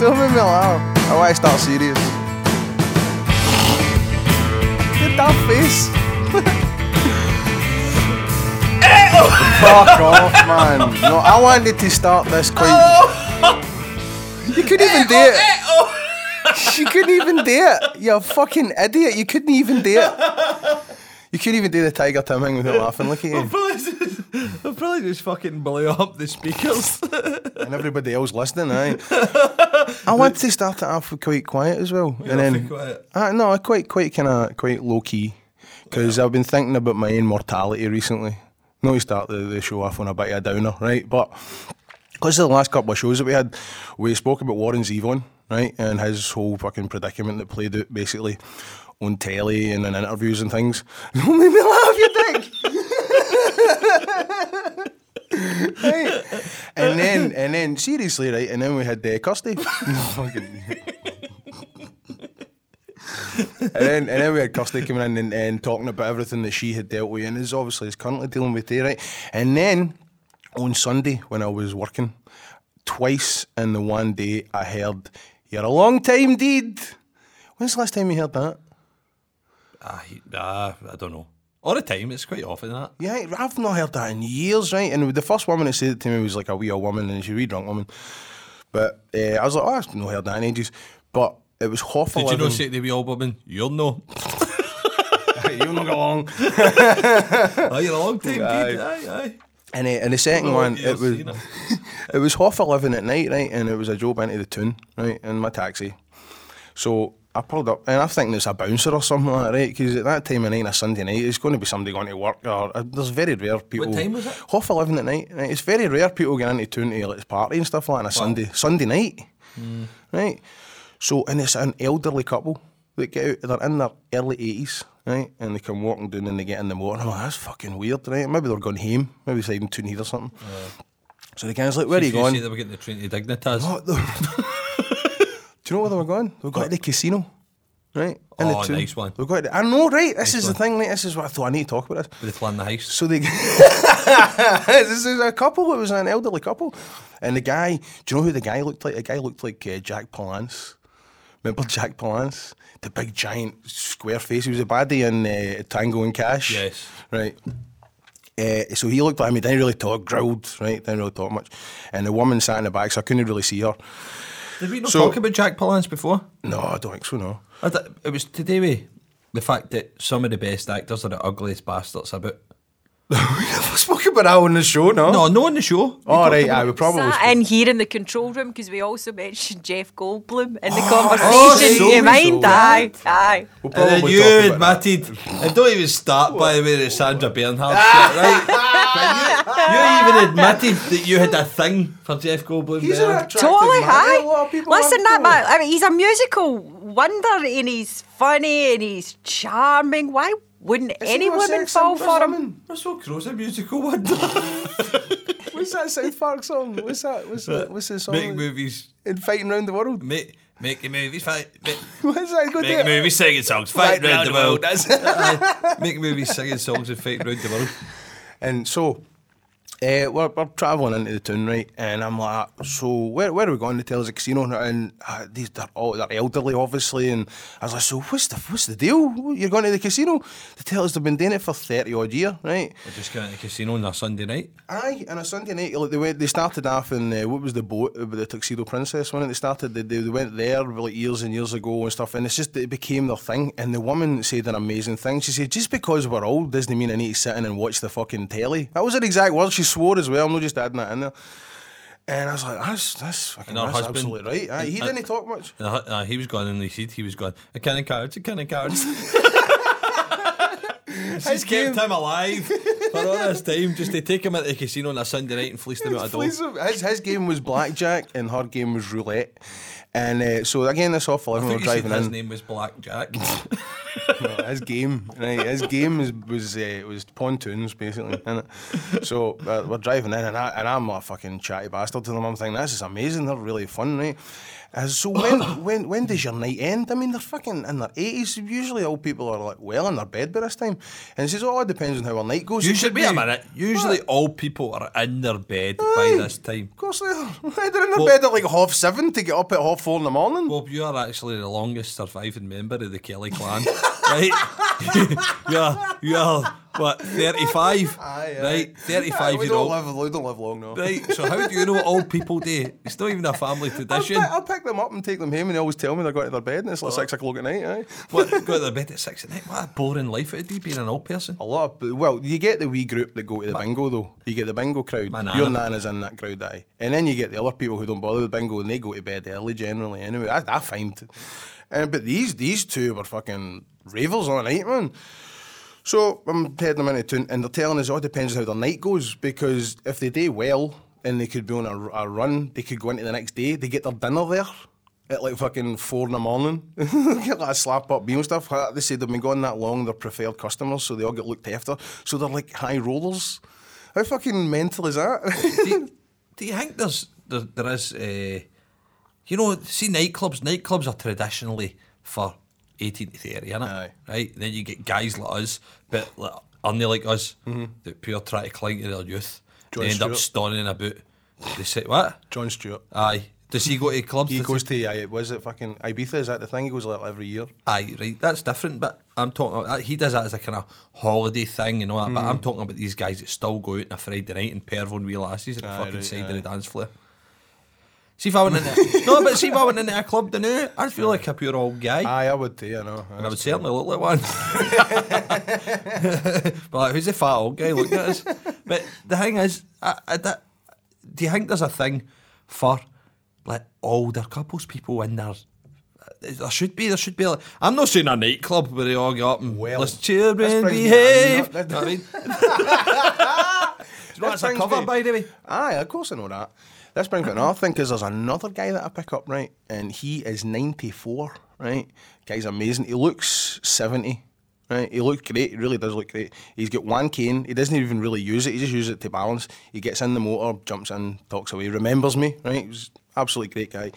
Don't leave me alone. I always start serious. Get that face. Fuck off, man. No, I wanted to start this quite. You couldn't even do it. Oh, You couldn't even do it. You're a fucking idiot. You couldn't even do it. You couldn't even do the Tiger Tim thing without laughing. Look at you. probably just, I probably just fucking blew up the speakers. and everybody else listening, aye. I want to start it off with quite quiet as well, and then quiet. uh, no, quite quite kind of quite low key because I've been thinking about my own mortality recently. Not to start the, the show off on a bit of a downer, right? But because of the last couple of shows that we had, we spoke about Warren Zevon, right, and his whole fucking predicament that played out basically on telly and in interviews and things. Don't make me laugh, you dick. right. And then, and then, seriously, right? And then we had uh, Kirsty. Fucking- and then, and then we had Kirsty coming in and, and talking about everything that she had dealt with and is obviously is currently dealing with today, right? And then on Sunday when I was working, twice in the one day I heard, You're a long time deed. When's the last time you heard that? Ah, he- ah, I don't know. All the time, it's quite often that. Yeah, I've not heard that in years, right? And the first woman that said it to me was like a wee old woman, and she was a wee drunk woman. But uh, I was like, oh, I've not heard that in ages. But it was half Did you 11. not say to the wee old woman, you're no? You'll not get along. Aye, you're a long time, dude. Aye, aye. And, uh, and the second Oh, one, you're it was, seen it. it was half 11 at night, right? And it was a job into the tune, right? In my taxi. So I pulled up, and I'm thinking it's a bouncer or something like that, right? Because at that time of night, on a Sunday night, it's going to be somebody going to work, or uh, there's very rare people. time was it? Half 11 at night. right? It's very rare people get into tune to let's party and stuff like that on a Sunday, Sunday night, right? So, and it's an elderly couple that get out, they're in their early 80s. Right, and they come walking down and they get in the motor. And I'm like, that's fucking weird, right? Maybe they're going home, maybe they're in Tune or something. so the guy's like, Where are you Did you going? say they were getting the train to Dignitas? What the? Do you know where they were going? They were going to the casino, right? In Oh, tune. nice one. They were going to, I know, right? This is one. the thing, right? This is what I thought I need to talk about this. Were they planning the heist? So they, this is a couple. It was an elderly couple, and the guy. Do you know who the guy looked like? The guy looked like uh, Jack Palance. Remember Jack Palance, the big giant square face. He was a baddie in uh, Tango and Cash. Yes. Right. Uh, so he looked at me, didn't really talk, growled, right? Didn't really talk much. And the woman sat in the back, so I couldn't really see her. Did we not So- talk about Jack Palance before? No, I don't think so, no. I d it was today we the fact that some of the best actors are the ugliest bastards about. we never spoke about that on the show, no? No, no on the show. All right, I would probably. Sat Spoke. in here in the control room because we also mentioned Jeff Goldblum in the oh, conversation. so you mind? so Aye, aye. We'll And then probably you talk about that. admitted, and don't even start by the way that Sandra Bernhard shit, right? But you, you even admitted that you had a thing for Jeff Goldblum. He's there. an attractive Totally, man. aye. A lot of people Listen, like that him. man, I mean, he's a musical wonder and he's funny and he's charming. Why wouldn't Is he any not woman sexy? fall What's for that him? mean? Russell Crowe's a musical wonder. What's that South Park song? What's that? What's that? What's the song? Make movies, In fighting round the world. make make the movies, fight, make, What's that? Go do make it. movies, singing songs, fight Fight round the world. altså. That's it. Aye, make movies, singing songs, and fight round the world. And so, uh, we're, we're travelling into the town, right? And I'm like, ah, so where, where are we going? They tell us a casino, and uh, these they're all they're elderly, obviously. And I was like, so what's the what's the deal? You're going to the casino? They tell us they've been doing it for thirty odd year, right? We're just going to the casino on a Sunday night. Aye, and a Sunday night, like they went, they started off in uh, what was the boat with the Tuxedo Princess when it they started. They, they, they went there like years and years ago and stuff, and it's just it became their thing. And the woman said an amazing thing. She said, "Just because we're old doesn't mean I need to sit in and watch the fucking telly." That was her exact words. She swore as well. I'm not just adding that in there. And I was like, "That's that's fucking And her that's husband- absolutely right." Aye, he and- didn't talk much. And I- uh, he was gone and he said he was gone. A can of carrots, a can of carrots. She's kept him alive for all this time just to take him out to the casino on a Sunday night and fleece him out of door. Please, uh, his, his game was blackjack and her game was roulette. And uh, so again, this awful. I Everyone think were you said driving his in. name was Blackjack. No, his game, right? His game was was, uh, was pontoons basically. innit? So uh, we're driving in, and, I, and I'm a fucking chatty bastard to them. I'm thinking this is amazing. They're really fun, right? Is so when when when does your night end? I mean, they're fucking in their eighties. Usually, old people are like well in their bed by this time, and it says, "Oh, it depends on how our night goes." It Usually, could wait a be- minute. Usually, all people are in their bed by Aye. this time. Of course they are. They're in their bed at like half seven to get up at half four in the morning. Bob, you are actually the longest surviving member of the Kelly clan, right? you are, you are what thirty five, Aye, aye. right? Thirty five we year don't old. live, we don't live long now. Right, so how do you know what old people do? It's not even a family I'll, tradition. pick- I'll pick them up and take them home, and they always tell me they're going to their bed, and it's like six o'clock at night. Aye? What, go to their bed at six at night? What a boring life it would be being an old person. A lot of well, you get the wee group that go to the bingo though. You get the bingo crowd. My nana. Your nana's in that crowd, aye. And then you get the other people who don't bother with bingo and they go to bed early generally. Anyway, I, I find. And but these these two were fucking ravers all night, man. So I'm heading them into town, and they're telling us, "Oh, it depends on how their night goes." Because if they do well and they could be on a, a run, they could go into the next day. They get their dinner there at like fucking four in the morning. get like a slap up meal and stuff. Uh, They say they've been gone that long. They're preferred customers, so they all get looked after. So they're like high rollers. How fucking mental is that? Do you, do you think there's there, there is, uh, you know, see nightclubs. Nightclubs are traditionally for eighteen to thirty, innit? Aye. Right. Then you get guys like us, but like, aren't they like us that pure try to cling to their youth? John they end up Mm-hmm. Stewart. stunning about. They say what? John Stewart. Uh, Aye. Does he go to clubs? He Does goes to uh, was it fucking Ibiza? Is that the thing? He goes like every year. Aye, right. That's different. But I'm talking. About, he does that as a kind of holiday thing, you know. Hmm. But I'm talking about these guys that still go out on a Friday night and pervo and wee lasses at the Aye, fucking right, side of aye. the dance floor. See if I went in there. no, but see if I went into a club to now, I'd feel like a pure old guy. Aye, I would do. I know. and I would certainly look like one. but like, who's the fat old guy looking at us? But the thing is, I, I, that, do you think there's a thing for like older couples, people in their there should be, there should be. Like, I'm not saying a nightclub where they all get up and Well, let's this children brings me- behave. no, that- You know what I mean? Do you know This that's a brings cover, me- by the way? Aye, of course I know that. This brings me to another thing because there's another guy that I pick up, right? And he is 94, right? Guy's amazing. He looks 70, right? He looks great. He really does look great. He's got one cane. He doesn't even really use it. He just uses it to balance. He gets in the motor, jumps in, talks away, remembers me, right? He's an absolutely great guy.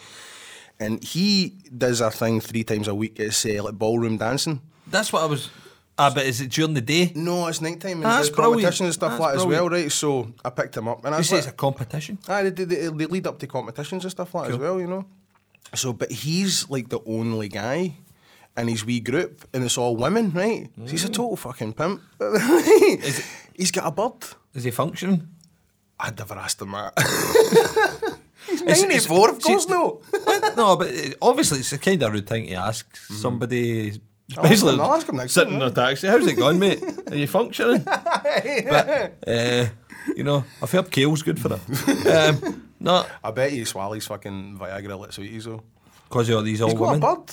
And he does a thing three times a week. It's uh, like ballroom dancing. That's what I was. Ah, but is it during the day? No, it's nighttime and That's there's competitions brilliant. and stuff That's like that as well, brilliant. right? So I picked him up. And I You was say like, it's a competition. Aye, Ah, they, do- they, they lead up to competitions and stuff like that as well, you know. So, but he's like the only guy in his wee group, and it's all women, right? So he's a total fucking pimp. he's got a bird. Is he functioning? I'd never asked him that. It's- it's- 94, of course, see, no. no, but it- øh, obviously it's a kind of rude thing to ask I'll somebody, ask especially them- I'll ask them next sitting time, in a taxi. How's it going, mate? Are you functioning? but uh, you know, I've heard kale's good for it. Um, not I bet he swallows fucking Viagra like sweeties, though. because of all these He's old got women. a bird.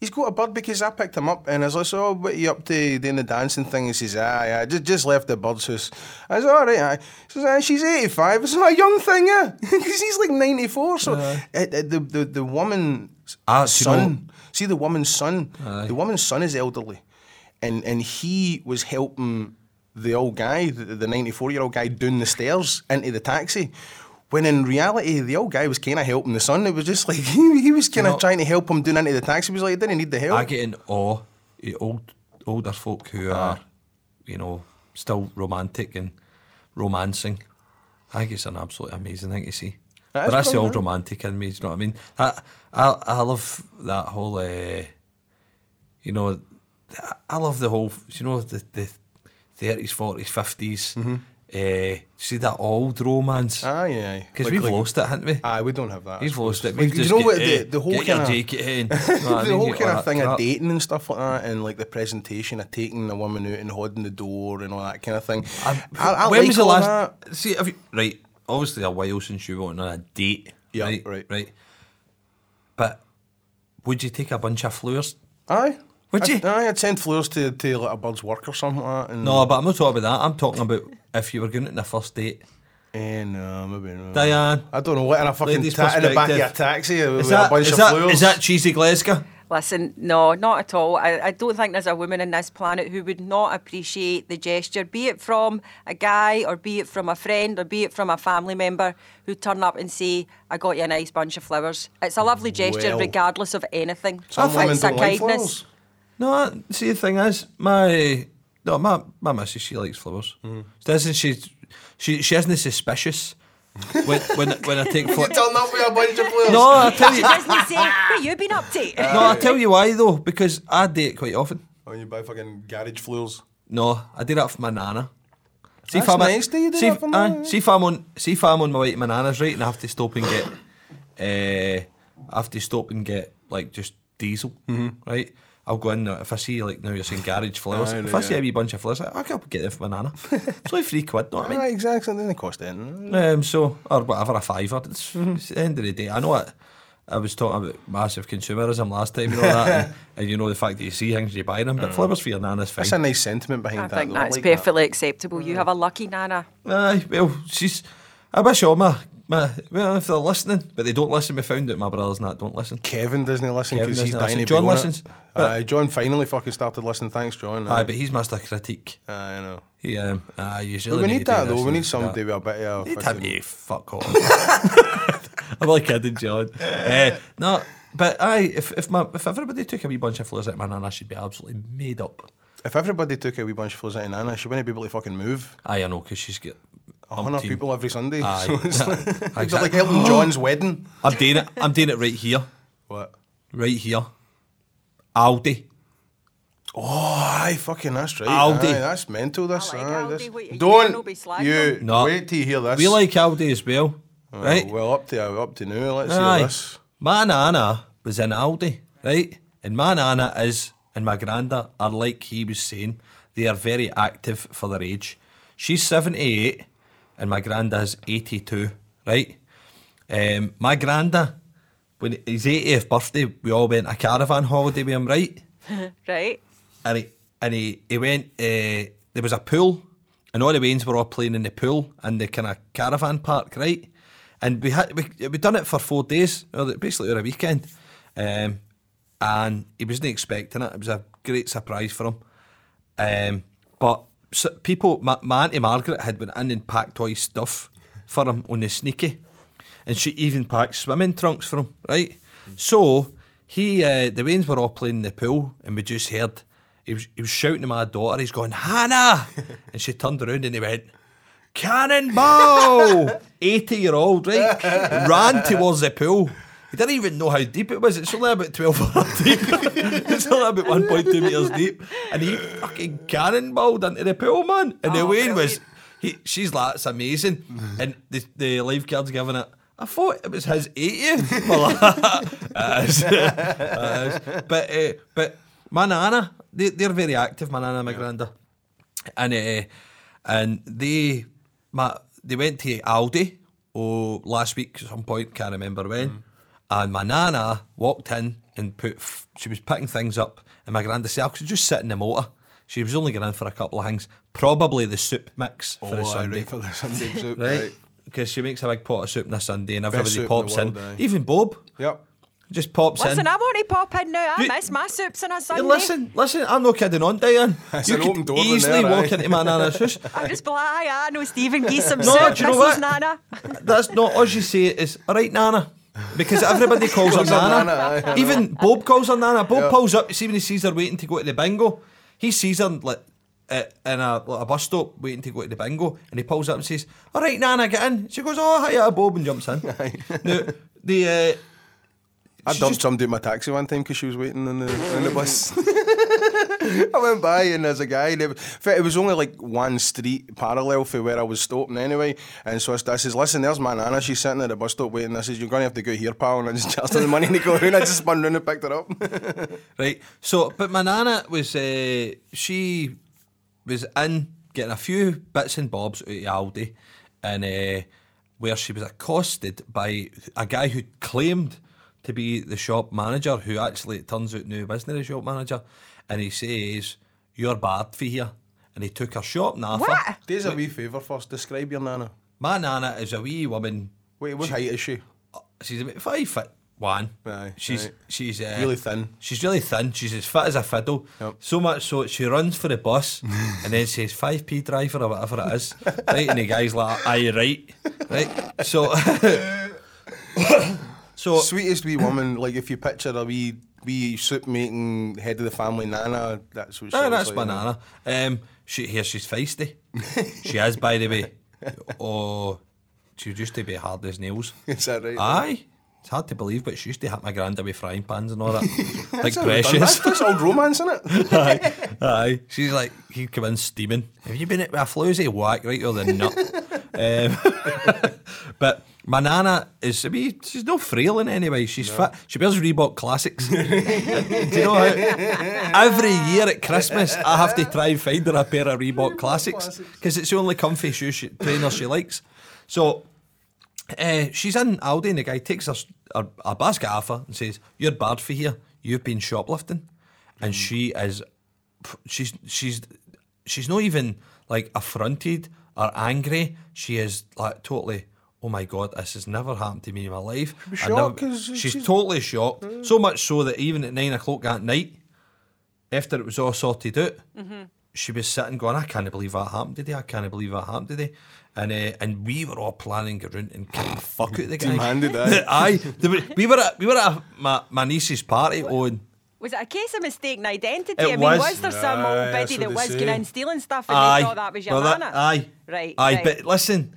He's got a bird because I picked him up and I was like, so what are you up to doing the dancing thing? He says, aye, I just, just left the bird's house. I was all right, aye. He says, aye, she's 85. I said, a young thing, yeah. Because he's like 94. So it, it- the, the, the woman's Ah, do you know- son, see the woman's son, the woman's son is elderly. And, and he was helping the old guy, the, the 94 year old guy, down the stairs into the taxi. When in reality, the old guy was kind of helping the son. It was just like, he, he was kind of know- trying to help him down into the taxi. He was like, I didn't need the help. I get in awe at old older folk Ah. who are, you know, still romantic and romancing. I think it's an absolutely amazing thing to see. That But is that's the old brilliant. romantic in me, do you know what I mean? I I, I love that whole, uh, you know, I- I love the whole, you know, the, the 30s, 40s, 50s. Mm-hmm. Uh, see that old romance? Aye, aye. Ah, Because Like- we've like- lost it, haven't we? Aye, we don't have that. I We've lost suppose. it. Like, We've you just know get, what? eh, The, the whole get your kind of. jacket in. You know what I the mean? whole Get kind all of that thing crap. of dating and stuff like that, and like the presentation of taking the woman out and holding the door and all that kind of thing. I, I, Um, when like was the all last? that. See, have you, right. Obviously, a while since you went on a date. Yeah, right, right. But would you take a bunch of flowers? Aye. Would I'd- you? Aye, I'd send flowers to, to like a bird's work or something like that. And, No, but I'm not talking about that. I'm talking about if you were going on a first date. Eh, no, maybe no. Diane, I don't know what in a fucking Ladies' ta- in the back of perspective. a taxi with is a that bunch is of that, flowers. is that cheesy Glasgow? Listen, no, not at all. I, I don't think there's a woman in this planet who would not appreciate the gesture, be it from a guy or be it from a friend or be it from a family member who turn up and say, I got you a nice bunch of flowers. It's a lovely gesture Well. regardless of anything. Some women it's a don't like Oh, kindness. No, see the thing is, my no, my my missus she likes flowers. Hmm. Doesn't she? She she isn't suspicious when when when I take flowers. Turn up with a bunch of players. No, I tell you, Doesn't he say, what you been up to? no, I tell you why though, because I date quite often. Oh, you buy fucking garage floors. No, I did that for my nana. See That's nice that you did see, that for aye, Nana, yeah. see if I'm on see if I'm on my way to my nana's right and I have to stop and get uh, I have to stop and get like just diesel, Mhm. right? I'll go in there. If I see like now you're saying garage flowers, Aye, if no, I see a yeah. wee bunch of flowers, I I can get them for my nana. it's only three quid, know what I mean? Right, exactly. It doesn't cost anything. Um, so or whatever a fiver. It's, Mhm. it's the end of the day. I know it. I was talking about massive consumerism last time, you know that, and, and you know the fact that you see things you buy them, but flowers for your nana's fine. Mm. That's a nice sentiment behind I that. think though. I that's like uh, that. perfectly acceptable. You have a lucky nana. Aye, well, she's. I wish all my, my. Well, if they're listening, but they don't listen, we found out my brothers and that don't listen. Kevin doesn't listen Kevin because he's doesn't listen. dying to be John on it. listens, but- Aye, Uh, John finally fucking started listening. Thanks, John. Aye, but he's Mr. Critique. Aye, I know. He, um, aye, usually. We need need to that do though. this We and need do somebody with a bit of. that. Need fucking- him, you fuck off. I'm only kidding, John. Eh, no, but aye, if, if, my, if everybody took a wee bunch of flowers at my nan, I should be absolutely made up. If everybody took a wee bunch of flowers out of Nana, she wouldn't be able to fucking move. Aye, I know, because she's got. A hundred people every Sunday. Oh, Aye. So it's like, it'd be Exactly. like Elton John's wedding. I'm doing it. I'm doing it right here. What? Right here. Aldi. Oh, aye, fucking that's right. Aldi. Aye, that's mental. This. I like aye, Aldi, this- wait, you Don't know be slagging you them. No. wait till you hear this. We like Aldi as well, Oh, right? Well, up to up to now. Let's Aye. hear this. My nana was in Aldi, right? And my nana is, and my granda are like he was saying, they are very active for their age. She's 78 and my granda is 82, right? Um, my granda, when his 80th birthday, we all went a caravan holiday with him, right? Right? and he and he, he went. Uh, there was a pool, and all the Waynes were all playing in the pool in the kind of caravan park, right? And we had we we done it for four days, or basically over a weekend, um, and he wasn't expecting it. It was a great surprise for him. Um, but s people, my, my auntie Margaret had been in and packed all his stuff for him on the sneaky, and she even packed swimming trunks for him, right? So he, uh, the Waynes were all playing in the pool, and we just heard he was, he was shouting to my daughter. He's going, Hannah, and she turned around and he went. Cannonball! 80 year old, right? Ran towards the pool. He didn't even know how deep it was. It's only about 12 metres deep. it's only about 1.2 metres deep. And he fucking cannonballed into the pool, man. And the Oh, Wayne was, brilliant. he, she's like, it's amazing. And the, the lifeguard's giving it. I thought it was his 80th. Well, it is. It is. But, uh, but my nana, they, they're very active, my nana and my granda and uh, and they my, they went to Aldi oh last week at some point can't remember when and my nana walked in and put f- she was picking things up and my granda said I could just sit in the motor she was only going in for a couple of things probably the soup mix for Oh, aye, a Sunday right, for the Sunday soup, right right? because she makes a big pot of soup on a Sunday and soup everybody in pops the in, world, aye. even Bob Yep. just pops in Listen, I want to pop in now. I You- miss my soups on a Hey, Sunday. listen listen I'm not kidding on Diane It's you an could open door in easily there, walk aye. into my nana's house I'll just be like, aye, aye, I know Stephen Geese some No, soup. do you know Mrs. what? Nana. That's not us. You say it is all right, Nana, because everybody calls her Calls her Nana. Nana, aye, I know. Even Bob calls her Nana. Bob Yeah. pulls up. You see when he sees her waiting to go to the bingo, he sees her like. Uh, in a, like a bus stop waiting to go to the bingo and he pulls up and says all right Nana get in she goes oh hiya Bob and jumps in now the uh, I She dumped just- somebody in my taxi one time because she was waiting in the, in the bus. I went by and there's a guy. There. In fact, It was only like one street parallel for where I was stopping anyway. And so I, st- I says, "Listen, there's my nana. She's sitting at the bus stop waiting." I says, "You're going to have to go here, pal." And I just charged her the money to go round. I just spun round and picked her up. Right. So, but my nana was uh, she was in getting a few bits and bobs out of Aldi, and uh, where she was accosted by a guy who claimed to be the shop manager, who actually it turns out now wasn't the shop manager, and he says you're bad for here, and he took her shop nafa. What? There's a wee favour first. Describe your nana. My nana is a wee woman. Wait, what height is she? She's about five foot Juan. Aye, she's right. she's uh, Really thin. She's really thin. She's as fit as a fiddle. Yep. So much so she runs for the bus and then says five p driver or whatever it is. right, and the guy's like, "Are you right?" Right. So, so Sweetest wee woman, like if you picture a wee wee soup making head of the family nana, that's what she Ah, looks that's like, banana. Um, she here she's feisty. she is, by the way. Oh, she used to be hard as nails. Is that right? Aye, it's hard to believe, but she used to hit my granddad with frying pans and all that. like That's, precious. that's old romance, isn't it? Aye, aye. She's like he'd come in steaming. Have you been at with a floozy whack right or the nut? um, but my nana is. I mean, she's no frail in any way. She's fit. She wears Reebok classics. Do you know? How, every year at Christmas, I have to try and find her a pair of Reebok classics because it's the only comfy shoe she, trainer she likes. So uh, she's in Aldi and the guy takes her, s- her, her basket off her and says, You're barred for here. You've been shoplifting. And she is, she's, she's, she's not even like affronted or angry. She is like totally, oh my God, this has never happened to me in my life. I never-" shocked 'cause she's, she's- totally shocked. Mm. So much so that even at nine o'clock at night, after it was all sorted out, Mm-hmm. she was sitting going, I can't believe that happened today. I can't believe that happened today. And uh, and we were all planning to go round and kick the fuck out of the guy. Demanded, aye. aye. They were- We were at, we were at my, my niece's party on. Was it a case of mistaken identity? It I mean, was. was, there some Aye, old that's biddy what that they was say. going in stealing stuff and Aye. they thought that was your Well, that- nana? aye. Right. Aye, right. but listen,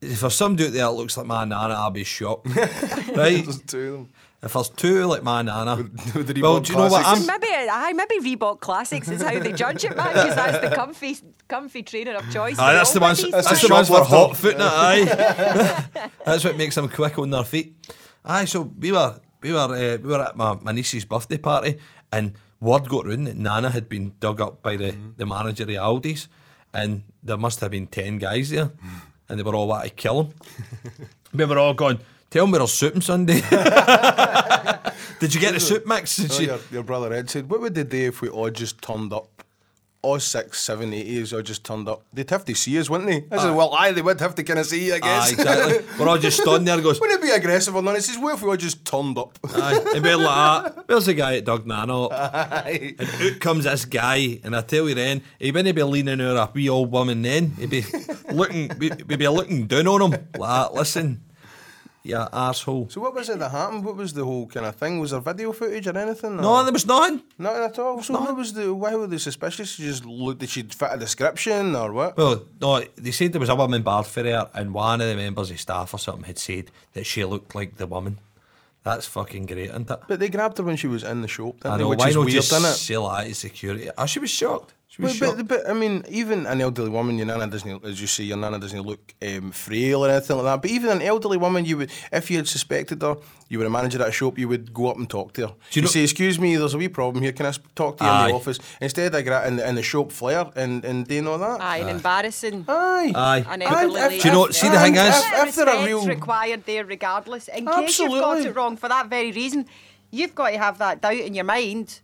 if there's somebody out there that looks like my nana, I'll be shocked. right? There's two of them. If there's two like my nana. with the well, Reebok do you know what? I'm, classics. Maybe, aye, maybe Reebok Classics is how they judge it, man, because that's the comfy, comfy trainer of choice. Aye, for that's all the ones. biddies, That's man. the ones we're shoplifter. hot footing it. Aye, that's what makes them quick on their feet. Aye, so we were we were uh, we were at my, my niece's birthday party, and word got round that Nana had been dug up by the the manager of Aldi's, and there must have been ten guys there, and they were all out to kill him. we were all going. Tell me there's soup on Sunday. Did you get the soup mix? And Oh, she- your, your brother Ed said, "What would they do if we all just turned up? All six, seven, eight years all just turned up. They'd have to see us, wouldn't they?" I said, "Well, aye, they would have to kind of see you, I Aye, guess." exactly. We're all just stunned there. Goes, wouldn't it be aggressive or not? He says, "What if we all just turned up?" aye, and we're like, that. where's the guy at Doug Nano? And out comes this guy, and I tell you then, he wouldn't be leaning over a wee old woman then. He'd be looking, we'd we'd be looking down on him. Like, listen, you arsehole. so what was it that happened? What was the whole kind of thing? Was there video footage or anything? No, or- there was nothing. nothing at all. So what was the? Why were they suspicious? She just looked that she'd fit a description or what? Well, no, they said there was a woman barred for her, and one of the members of staff or something had said that she looked like the woman. That's fucking great, isn't it? But they grabbed her when she was in the shop, didn't I they? know, Which why is not weird, just isn't it? say that to security? Ah, she was shocked. She was But, shocked. but, but I mean, even an elderly woman, your nana doesn't, as you say, your nana doesn't look um, frail or anything like that. But even an elderly woman, you would, if you had suspected her, you were a manager at a shop, you would go up and talk to her. you you know- say, "Excuse me, there's a wee problem here. Can I sp- talk to you Aye. in the office?" Instead, I get in the, in the shop flare and and doing all that. Aye, an embarrassing. Aye. Aye. An Aye, elderly if- lady. Do you know- see the Yeah. thing is- There's If- if they're a real- respect's required there, regardless, in case you've Absolutely. got it wrong for that very reason, you've got to have that doubt in your mind.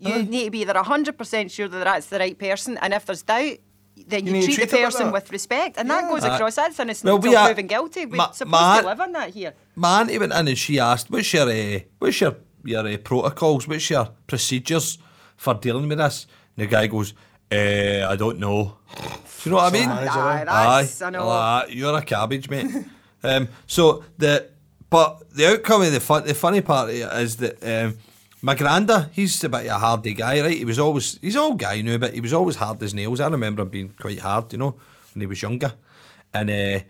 You need to be either hundred percent sure that that's the right person, and if there's doubt, then you, need to treat, treat the it like person that. with respect, and that goes Aye. across. That's innocent Well, we until are- proven guilty. We're Ma- supposed Ma- to live in that here. My auntie went in and she asked, "What's your uh, what's your your uh, protocols? What's your procedures for dealing with this?" And the guy goes, eh, "I don't know." Do you know what I mean? Aye, eh? Aye, that's Aye. I know. Aye, you're a cabbage, mate. um, so the but the outcome of the fun, the funny part of it is that um, my granda, he's a bit of a hardy guy, right? He was always he's an old guy now, but he was always hard as nails. I remember him being quite hard, you know, when he was younger, and. Uh,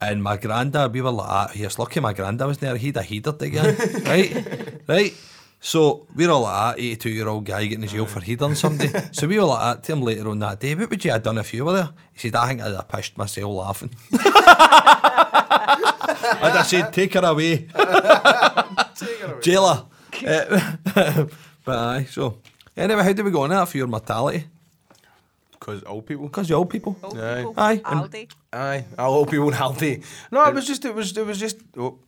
and my granda, we were like, ah, here's lucky my granda was there. He'd a header again, right? Right? So we were all like, 82 year old guy getting in jail for headering somebody. so we were like, that to him later on that day, what would you have done if you were there? He said, I think I'd have pissed myself laughing. I'd have said, take her away, jailer. Eh, but aye, so anyway, how do we go on that for your mortality? Because old people. Because you old people. Old Aye. people, Aye, and- Aldi. Aye, I'll hope you won't have to. No, it was just, it was, it was just. Oh,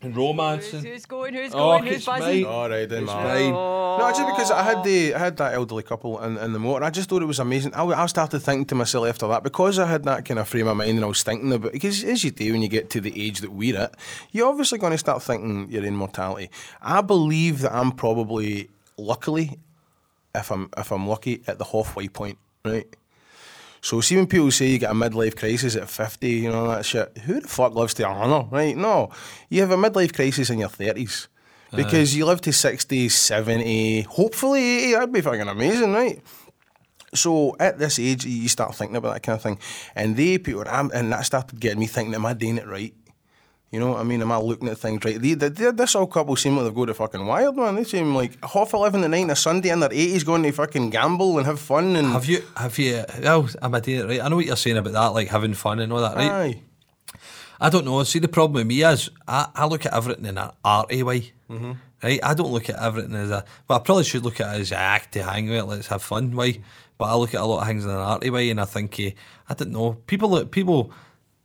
and romance. Who's, And, who's going? Who's Oh, going? who's it's buzzing? mine. All right, then, It's man. mine. No, just because I had the I had that elderly couple in, in the motor. I just thought it was amazing. I, w- I started thinking to myself after that because I had that kind of frame of mind and I was thinking about because as you do when you get to the age that we're at, you're obviously going to start thinking your immortality. I believe that I'm probably luckily, if I'm if I'm lucky, at the halfway point, right. So see when people say you get a midlife crisis at 50, you know, that shit, who the fuck lives to 100, right? No, you have a midlife crisis in your 30s because you live to 60, 70, hopefully 80, that'd be fucking amazing, right? So at this age, you start thinking about that kind of thing. And they, people, I'm, and that started getting me thinking, am I doing it right? You know what I mean? Am I looking at things right? They, they, they- this old couple seem like they've got to fucking wild, man. They seem like half 11 at night on a Sunday in their 80s going to fucking gamble and have fun. and have you, have you, well, am I doing it right? I know what you're saying about that, like having fun and all that, right? Aye. I don't know. See, the problem with me is I, I look at everything in an arty way. Right? I don't look at everything as a. Well, I probably should look at it as a act to hang with, let's have fun way. But I look at a lot of things in an arty way and I think, eh, I don't know. People, look- people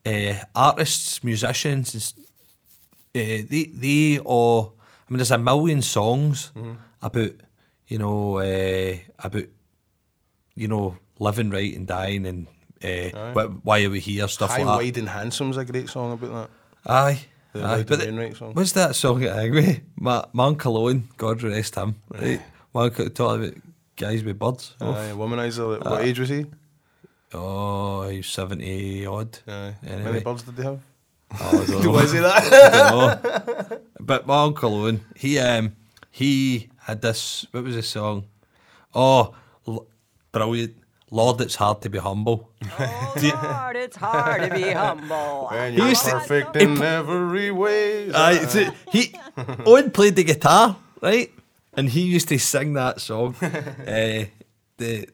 uh, artists, musicians, and s- uh, they, they or I mean, there's a million songs about, you know, uh, about, you know, living right and dying and uh, wh- why are we here, stuff High, like that. Wide and Handsome's a great song about that. Aye. The aye. Lady But the- Wainwright song. What's that song at Angry? My, my Uncle Owen, God rest him. Right. My uncle talking about guys with birds. Oh, Aye, womanizer. What age was he? oh he was 70 odd. Aye. How many Anyway. birds did they have? Oh, I don't know. Was he that? I don't know. But my Uncle Owen, he um he had this what was his song? Oh l- brilliant. Lord, it's hard to be humble. Oh, Lord, it's hard to be humble. you're used to- perfect he in pl- every way. Aye, it's it. he Owen played the guitar, right? And he used to sing that song. uh, the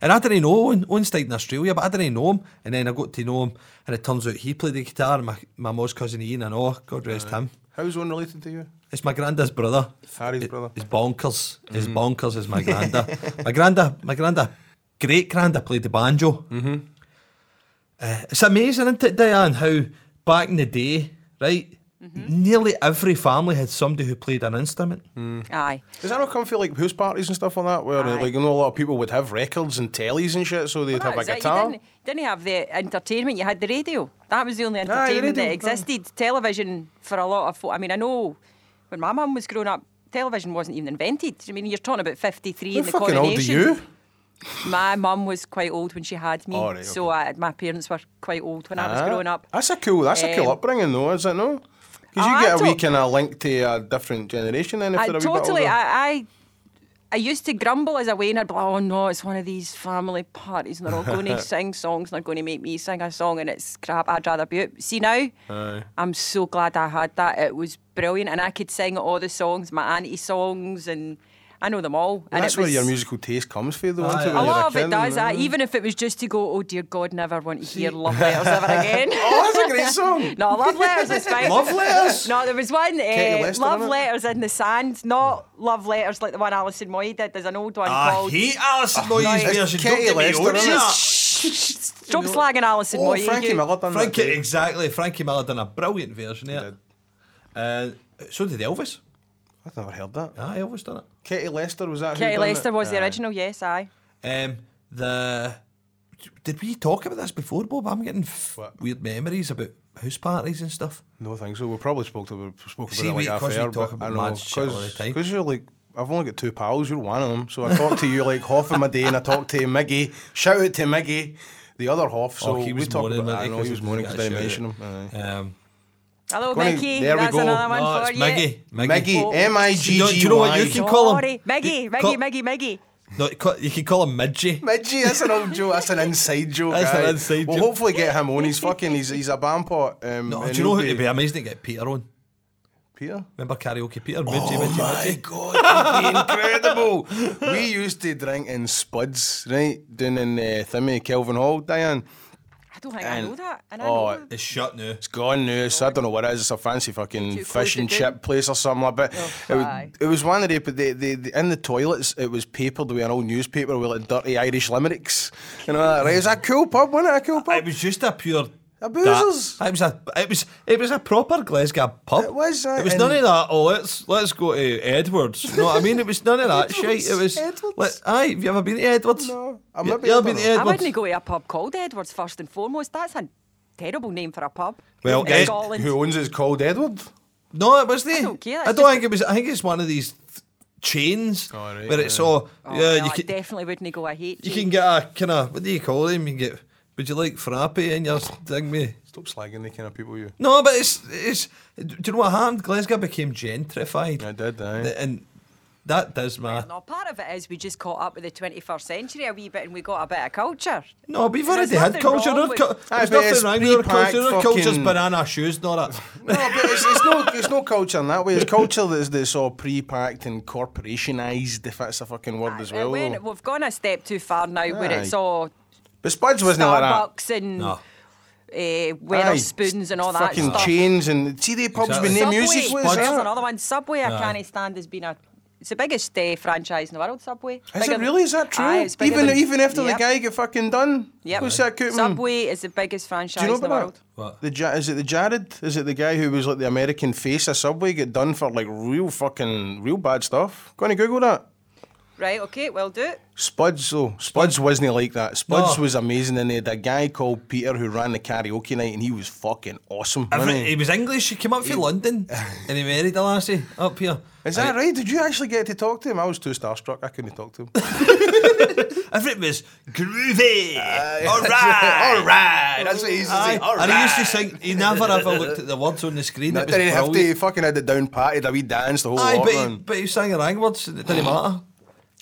and I didn't know Owen. Owen stayed in Australia, but I didn't know him. And then I got to know him, and it turns out he played the guitar. And my my mom's cousin Ian, I know, God rest him. How's one related to you? It's my granddad's brother. Mm-hmm. Harry's It- brother. It's bonkers. It's bonkers. Is my granda. my granda. My granda. Great granda played the banjo. Mm-hmm. Uh, it's amazing, isn't it, Diane? How back in the day, right? Mm-hmm. Nearly every family had somebody who played an instrument. Aye. Does that not come for like house parties and stuff like that, where Aye. like you know a lot of people would have records and tellies and shit, so they'd That have a was it. guitar. You didn't, didn't have the entertainment, you had the radio. That was the only the entertainment radio, aye. that existed. Television for a lot of folk. I mean, I know when my mum was growing up, television wasn't even invented. I mean, you're talking about 53 How in the fucking old are coronation. you? My mum was quite old when she had me, All right, so I, my parents were quite old when I was Ah, growing up. That's a cool. That's a cool Um, upbringing, though, is it no? Because you I get a wee don't- kind of link to a different generation, then if I they're a wee totally. bit older. I, I I used to grumble as I went. I'd be like, oh no, it's one of these family parties, and they're all going to sing songs, and they're going to make me sing a song, and it's crap. I'd rather be out. See now, Aye. I'm so glad I had that. It was brilliant, and I could sing all the songs, my auntie songs, and I know them all. and that's it where was, your musical taste comes from, though. Aye, isn't it, when aye. A you're lot of kid it and- does that, even if it was just to go, oh dear God, never want to hear love letters ever again. Oh, that's a great song. No, love letters is fine. Love letters? No, there was one. Katie Uh, Lester, love innit? letters in the sand, not love letters like the one Alison Moy did. There's an old one Ah, called. Alison Moyes it's version. Katie Lester, on isn't it? that. Stop slagging Alison Oh, Moy. Frankie you- Miller done that. Frankie, too. exactly. Frankie Miller done a brilliant version of it. Uh, so did Elvis. I've never heard that. Ah, Elvis done it. Katie Lester was that? who Katie done Lester it? was the original, yes, I. Um, the did we talk about this before, Bob? I'm getting f- What? weird memories about house parties and stuff. No, I think so. We probably spoke about spoke about See, it like we- 'cause we affair, talk but about I mad shit all the time. because you're like. I've only got two pals, you're one of them. So I talk to you like half of my day and I talk to Miggy. Shout out to Miggy, the other half. So Oh, he was we talk moaning about about I it know 'cause he was he moaning got because I didn't shouted mention him. Aye. Um, Hello, Gonna- Mickey. there we That's go. another one no, for it's you. Miggy. Miggy, Oh. M I Do you G know- do G you know what you Y. can- call him. Sorry, Miggy, Miggy, Call- Miggy, Miggy. No, you ca- you can call him Midgie. Midgie, that's an old joke. That's an inside joke. That's an aye. inside We'll joke. hopefully get him on. He's fucking. He's, he's a bampot. Um, No, and do you know he'll who it'd be amazing to get Peter on? Peter. Remember karaoke Peter? Midgie, Midgie, Oh My Midgie. God, it'd be incredible. We used to drink in spuds, right? Down in uh, Thimmy, Kelvin Hall, Diane. I don't think I And- know that. And oh, I know It's shut now. It's gone now. So I don't know what it is. It's a fancy fucking Too close fish and to Oh, chip place or something like that. it, was, aye. it was one of the, but they, they, they, in the toilets, it was papered with an old newspaper with like dirty Irish limericks. You know that, right? It was a cool pub, wasn't it? A cool pub. It was just a pure Abusers. That, it was a it was it was a proper Glasgow pub. It was, aye, it was and- none of that. Oh, let's let's go to Edwards. You know what I mean? It was none of that shit. It was. Edwards? Like, aye, have you ever been to Edwards? No, I've You- not been- you I ever don't been to know. I Edwards? wouldn't go to a pub called Edwards first and foremost. That's a terrible name for a pub. Well, in Ed- Scotland. Who owns it is called Edward. No, it wasn't. don't care, I it's don't just- think it was. I think it's one of these th- chains Oh, right, where it's yeah. all. Oh, yeah, no, you I can, definitely wouldn't go. I hate you you. can get a kind of what do you call them? You can get. Would you like frappe in your thing, me? Stop slagging the kind of people you. No, but it's it's. Do you know what happened? Glasgow became gentrified. I did, aye. Th- and that does matter. No, part of it is we just caught up with the 21st century a wee bit and we got a bit of culture. No, but you've There's already had nothing culture. wrong Our with- cu- Aye, There's but it's nothing wrong with our pre-packed culture. Our culture's fucking- banana shoes, not that. No, but it's, it's no, it's no culture in that way. It's culture that's, that's all pre-packed and corporationised, if that's a fucking word as Uh, well. when- though. we've gone a step too far now where Aye. it's all But Spuds wasn't like that. Starbucks and No. uh, Wetherspoons and all that fucking stuff. chains and see the pubs Exactly. with no Subway, music. What is there's that? another one. Subway, I can't stand has been a. It's the biggest uh, franchise in the world. Subway. Is Bigger it than- really? Is that true? Aye, it's bigger even than- even after Yep. the guy get fucking done, Yep. what's that Koopman? Subway is the biggest franchise Do you know in the about world. that? What? The Ja- is it the Jared? Is it the guy who was like the American face of Subway? Get done for like real fucking real bad stuff. Go on and Google that. Right, okay, we'll do it. Spuds though, Spuds wasn't like that. Spuds No. was amazing, and they had a guy called Peter who ran the karaoke night, and he was fucking awesome. Every- wasn't he? he was English. He came up from London and he married a lassie up here. Is that right? Did you actually get to talk to him? I was too starstruck. I couldn't talk to him. Everything was groovy. all right, all right. That's what he used to Aye, say, all and he used to sing. He never ever looked at the words on the screen. I it was didn't have to. brilliant. He fucking had it down patted. A wee dance the whole Aye, lot. but he, man. but he sang her words and it didn't matter.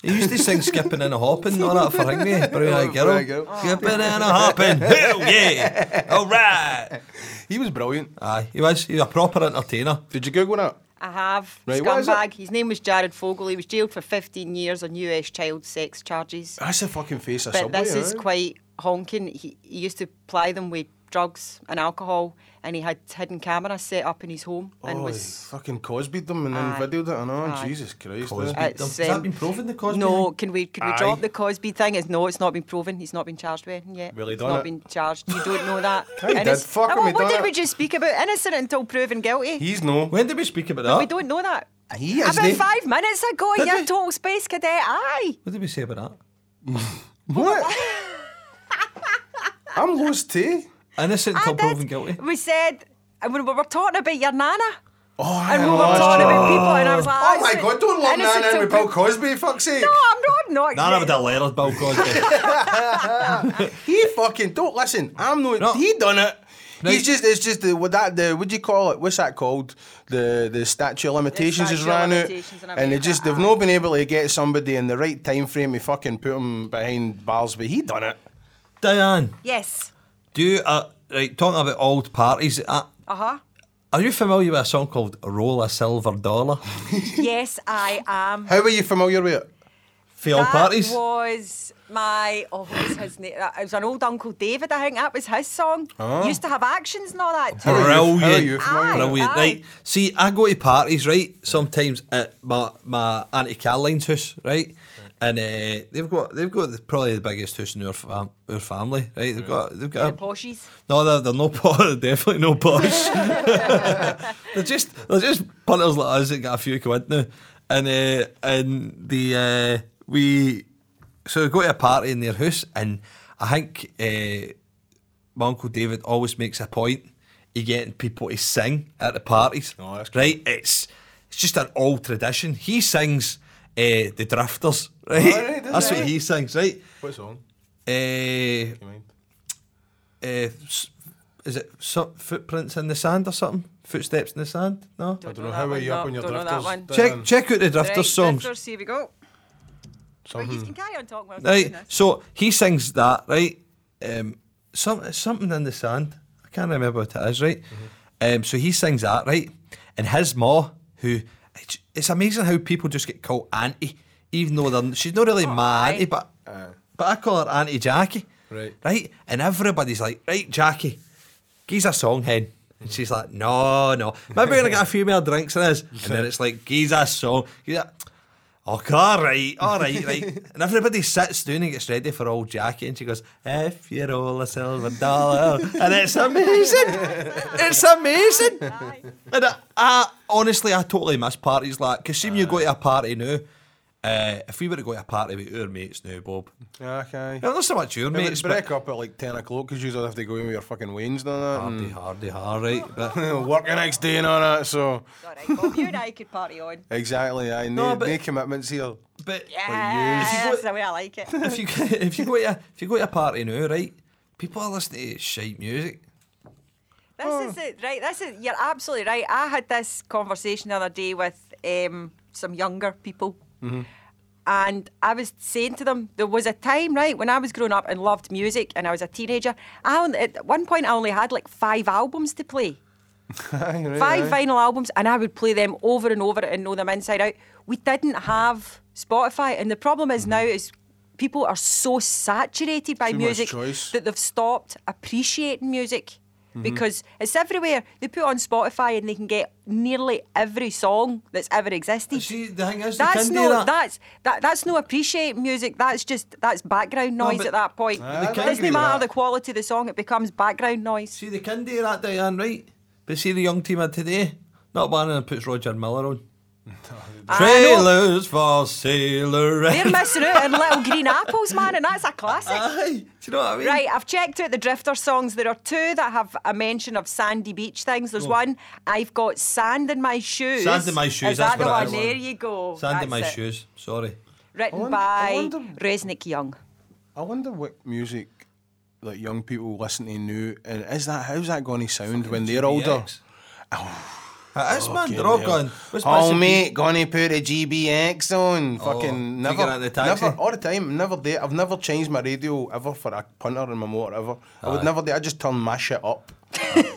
He used to sing skipping and a hopping and all that for Ringme, Brown Eyed Girl. Brown-eyed Ah. girl. Skipping and a hopping, hell yeah, all right. he was brilliant. Aye, he was, he was a proper entertainer. Did you Google that? I have. Right, what is it? Scumbag. His name was Jared Fogle. He was jailed for 15 years on US child sex charges. That's a fucking face of But Subway. eh? this is aye? quite honking. He, he used to ply them with drugs and alcohol, and he had hidden cameras set up in his home and Oh, was. he fucking Cosby'd them and then Aye. videoed it. I know. Aye. Jesus Christ. Cosby. eh? It's- Has that been proven, the Cosby No, thing? can we can we Aye. drop the Cosby thing? Is no, it's not been proven. He's not been charged with anything yet. Well, he He's done not it. been charged. You don't know that. He did. Innoc- Fuck him, Now, he What done did it. we just speak about? Innocent until proven guilty. He's no. When did we speak about we that? don't know that. He About is name- five minutes ago, Did you we? told Space Cadet, aye. What did we say about What? I'm lost too. that? Innocent I until did. proven guilty. We said, and when we were talking about your nana, Oh, I and we know, were that's talking true. about people, and I was like, Oh my innocent- god, don't lump innocent that in till with Bill pro- Cosby, fuck's sake. No, I'm not. I'm not. None of the letters, Bill Cosby. He fucking don't listen. I'm no. No. He done it. No. He's just, it's just the what that the what do you call it? What's that called? The the statute of limitations has statute of ran out, limitations and and they everything just like they've not been able to get somebody in the right time frame to fucking put him behind bars. But he done it. Diane, Yes. do you, uh, right, talking about old parties, uh, Uh huh. are you familiar with a song called Roll a Silver Dollar? Yes, I am. How are you familiar with it? For old that parties? was my oh, what was his name? It was an old Uncle David. I think that was his song. Oh. Used to have actions and all that. Too. How are you- how are you Brilliant. familiar? Aye. Brilliant. Right. See, I go to parties, right? Sometimes at my my Auntie Caroline's house, right? And uh, they've got they've got the, probably the biggest house in our, fam- our family, right? They've got they've got The a- poshies. no, they're, they're no posh. They're definitely no posh. they're just they're just punters like us that got a few quid now, and uh, and the uh, we so we go to a party in their house, and I think uh, my uncle David always makes a point of getting people to sing at the parties. Oh, that's cool. right. It's it's just an old tradition. He sings uh, the Drifters, right? right, does that's Oh, he? what he sings, right? What song? Uh, You mind? uh, s- is it so, footprints in the sand or something? Footsteps in the sand? No. I don't know know that how are one, you up no, on your don't know that drifters. one. Check Dylan? check out the Drifters Right, songs. Drifters, here we go. But hmm. you can carry on talking while I'm doing Right. this. So he sings that right. Um, some something in the sand. I can't remember what it is. Right. Um, so he sings that right, and his ma, who it's- it's amazing how people just get called auntie, even though they're, she's not really my aye. auntie, but but I call her Auntie Jackie. Right. Right. And everybody's like, right, Jackie, gee's a song hen. And she's like, no, no. Maybe we're gonna get a few more drinks in this. And then it's like, gee's a song. He's like, Okay, all Oh, right, all right, right. And everybody sits down and gets ready for old Jackie, and she goes, If you roll a silver dollar. And it's amazing. It's amazing. And I, I honestly, I totally miss parties like because see, when you go to a party now, uh, if we were to go to a party with our mates now, Bob, Okay. now, not so much your Mate, mates, but break up at like 10 o'clock because you'd have to go in with your fucking wains and hardy, hardy, hard, right? But that. and Work the next day and all that, so. All right, Bob, you and I could party on. Exactly, I No, no, but- commitments here. but Yeah, If you go- that's the way I like it. if you go- if you go to a, if you go to a party now, right? People are listening to shite music. This is it, right? This is you're absolutely right. I had this conversation the other day with um, some younger people, and I was saying to them there was a time, right, when I was growing up and loved music, and I was a teenager. I only, at one point I only had like five albums to play, Aye, right, five aye. vinyl albums, and I would play them over and over and know them inside out. We didn't have Spotify, and the problem is now is. People are so saturated by Too much music choice. that they've stopped appreciating music because it's everywhere. They put on Spotify and they can get nearly every song that's ever existed. See, the thing is, That's you can do no, that. that's that, that's no appreciate music. That's just that's background noise but- at that point. I- I it can agree doesn't with matter that. the quality of the song; it becomes background noise. See, they can do that, Diane, right? But see the young team of today, not one of them puts Roger Miller on. I know. Trailers for Sailor They're missing out on Little Green Apples, man, and that's a classic. Aye, do you know what I mean? Right, I've checked out the Drifter songs. There are two that have a mention of sandy beach things. There's one, I've got sand in my shoes. Oh. Sand in my shoes, Is that's that the what it one? is. There you go. Sand in That's my it. shoes. Sorry. I written wonder- I by wonder- Resnick Young. I wonder what music like young people listen to now, and is that how's that going to sound when they're older? GBX. It is, man. They're all Fucking gone. hell. What's Oh Massive mate, gonna put a GBX on. taking Fucking Oh, it out never, of the taxi. never, all the time. Never did. I've never changed my radio ever for a punter in my motor ever. I would never do. I just turn my shit up.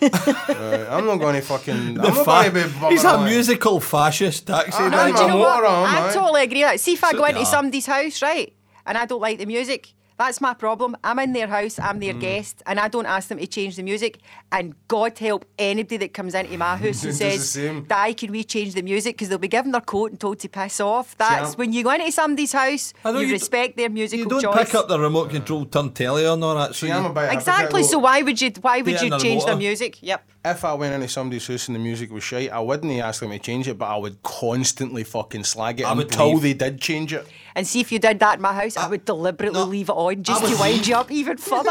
Right, I'm not gonna fucking. P- I'm not fa- gonna be. bumming He's a away. musical fascist taxi. Ah, driver. no, Oh, do you know what? water on, I mate. totally agree with that. See, if I So- go into Nah. somebody's house, right, and I don't like the music, that's my problem. I'm in their house, I'm Mm. their guest, and I don't ask them to change the music. And God help anybody that comes into my house and Does the says, same. Di, can we change the music? Because they'll be given their coat and told to piss off. That's I'm- when you go into somebody's house, I know you, you d- respect their musical You don't choice. pick up the remote control turn telly on or that. So See, I'm a you, bit exactly. hypocritical. So why would you? Why Yeah, would you another change water. the music? Yep. if I went into somebody's house and the music was shite, I wouldn't ask them to change it, but I would constantly fucking slag it I would until leave. they did change it. And see if you did that in my house, I would deliberately Uh, no, leave it on I just would to wind leave- you up even further.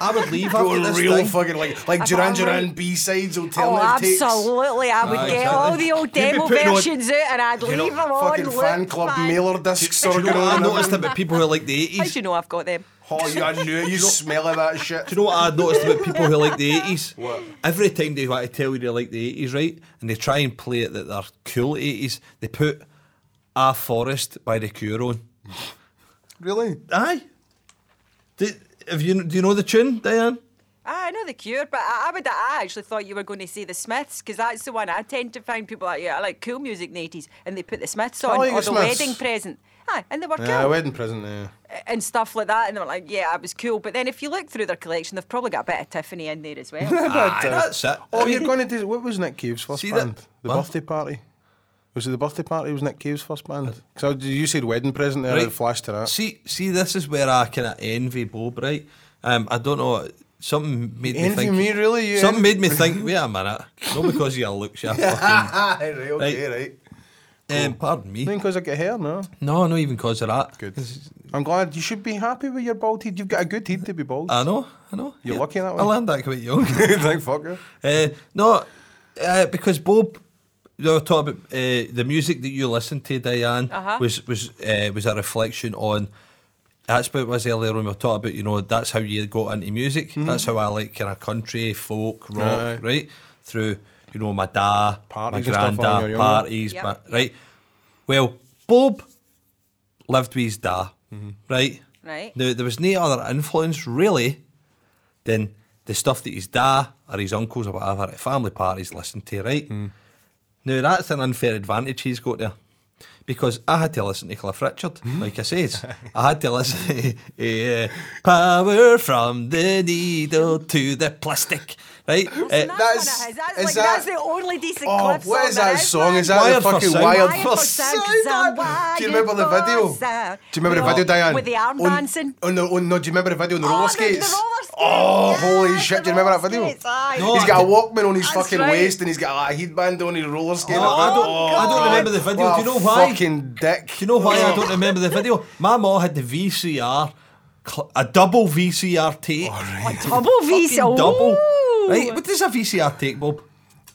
I would leave Go after this real thing. fucking like like If I Duran were- Duran B sides Oh, alternative takes. absolutely. I would Aye, get exactly. all the old You'd be demo putting on- versions out and I'd You know, leave them on. fucking look, fan club man. mailer discs Do are you know going what I on. noticed about people who like the 80s? How do you know I've got them? Oh, you, I knew it. You smell of that shit. Do you know what I noticed about people who like the 80s? What? Every time they want to tell you they like the 80s, right? And they try and play it that they're cool 80s, they put A Forest by The Cure on. Really? Aye. Did, have you, do you know the tune, Diane? Ah, I know the cure, but I, I would. I actually thought you were going to say the Smiths because that's the one I tend to find people like. Yeah, I like cool music in the eighties, and they put the Smiths on like or the the Smiths. wedding present. Aye, and they were cool Yeah, wedding present. Yeah. and stuff like that, and they were like, "Yeah, it was cool." But then if you look through their collection, they've probably got a bit of Tiffany in there as well. Aye, that's it. Oh, you're going to do what was Nick Cave's first See that- band? The what? birthday party. Was it the birthday party? Was Nick Cave's first band? Because Uh, you said wedding present there. Right. It flashed to that. See, see, this is where I kind of envy Bob, right? Um, I don't know. Something made me Envy think. me, really? You something envy- made me think. Wait a minute. Not because of your looks, you fucking. right, okay, right. Um, pardon me. because I get hair, no. No, not even because of that. Good. I'm glad you should be happy with your bald head. You've got a good head to be bald. I know, I know. You're lucky that I way. learned that quite young. Thank fuck you. uh, no, uh, because Bob, you were talking about uh, the music that you listened to, Diane, Uh-huh. was was uh, was a reflection on. That's what it was earlier on. We were talking about, you know, that's how you got into music. That's how I like kind of country, folk, rock, Mm-hmm. Aye. right? Through, you know, my da, Parties my and stuff when you were granddad, younger. parties, Yep. but, right? Well, Bob lived with his da, right? Right. Now, there was no other influence really than the stuff that his da or his uncles or whatever at family parties listened to, right? Now, that's an unfair advantage he's got there because I had to listen to Cliff Richard, like I says. I had to listen to eh, Power from the Needle to the Plastic, right? Eh, That's, that's- that's, that's, is like, that- that's the only decent Oh, clip what song is that there song? man. Is that Wired the for fucking sound. Wired Wired for for Sound? Sound, Do you remember the video? Wired for Sound. Do you remember the With- video, Diane? With the arm on, dancing. On the, on, no, do you remember the video on the Oh, roller the- the skates? roller skates, Oh, holy yes, shit! Do you the remember that roller video? skates, aye. No, He's I got a don't- Walkman on his That's fucking right. waist and he's got a headband on his roller skate. Oh, I don't- I don't remember the video. What Do you know a why? Fucking dick. Do you know why I don't remember the video? My mom had the VCR, cl- a double VCR tape. Double V. Fucking double. Right? What does a VCR tape, Bob?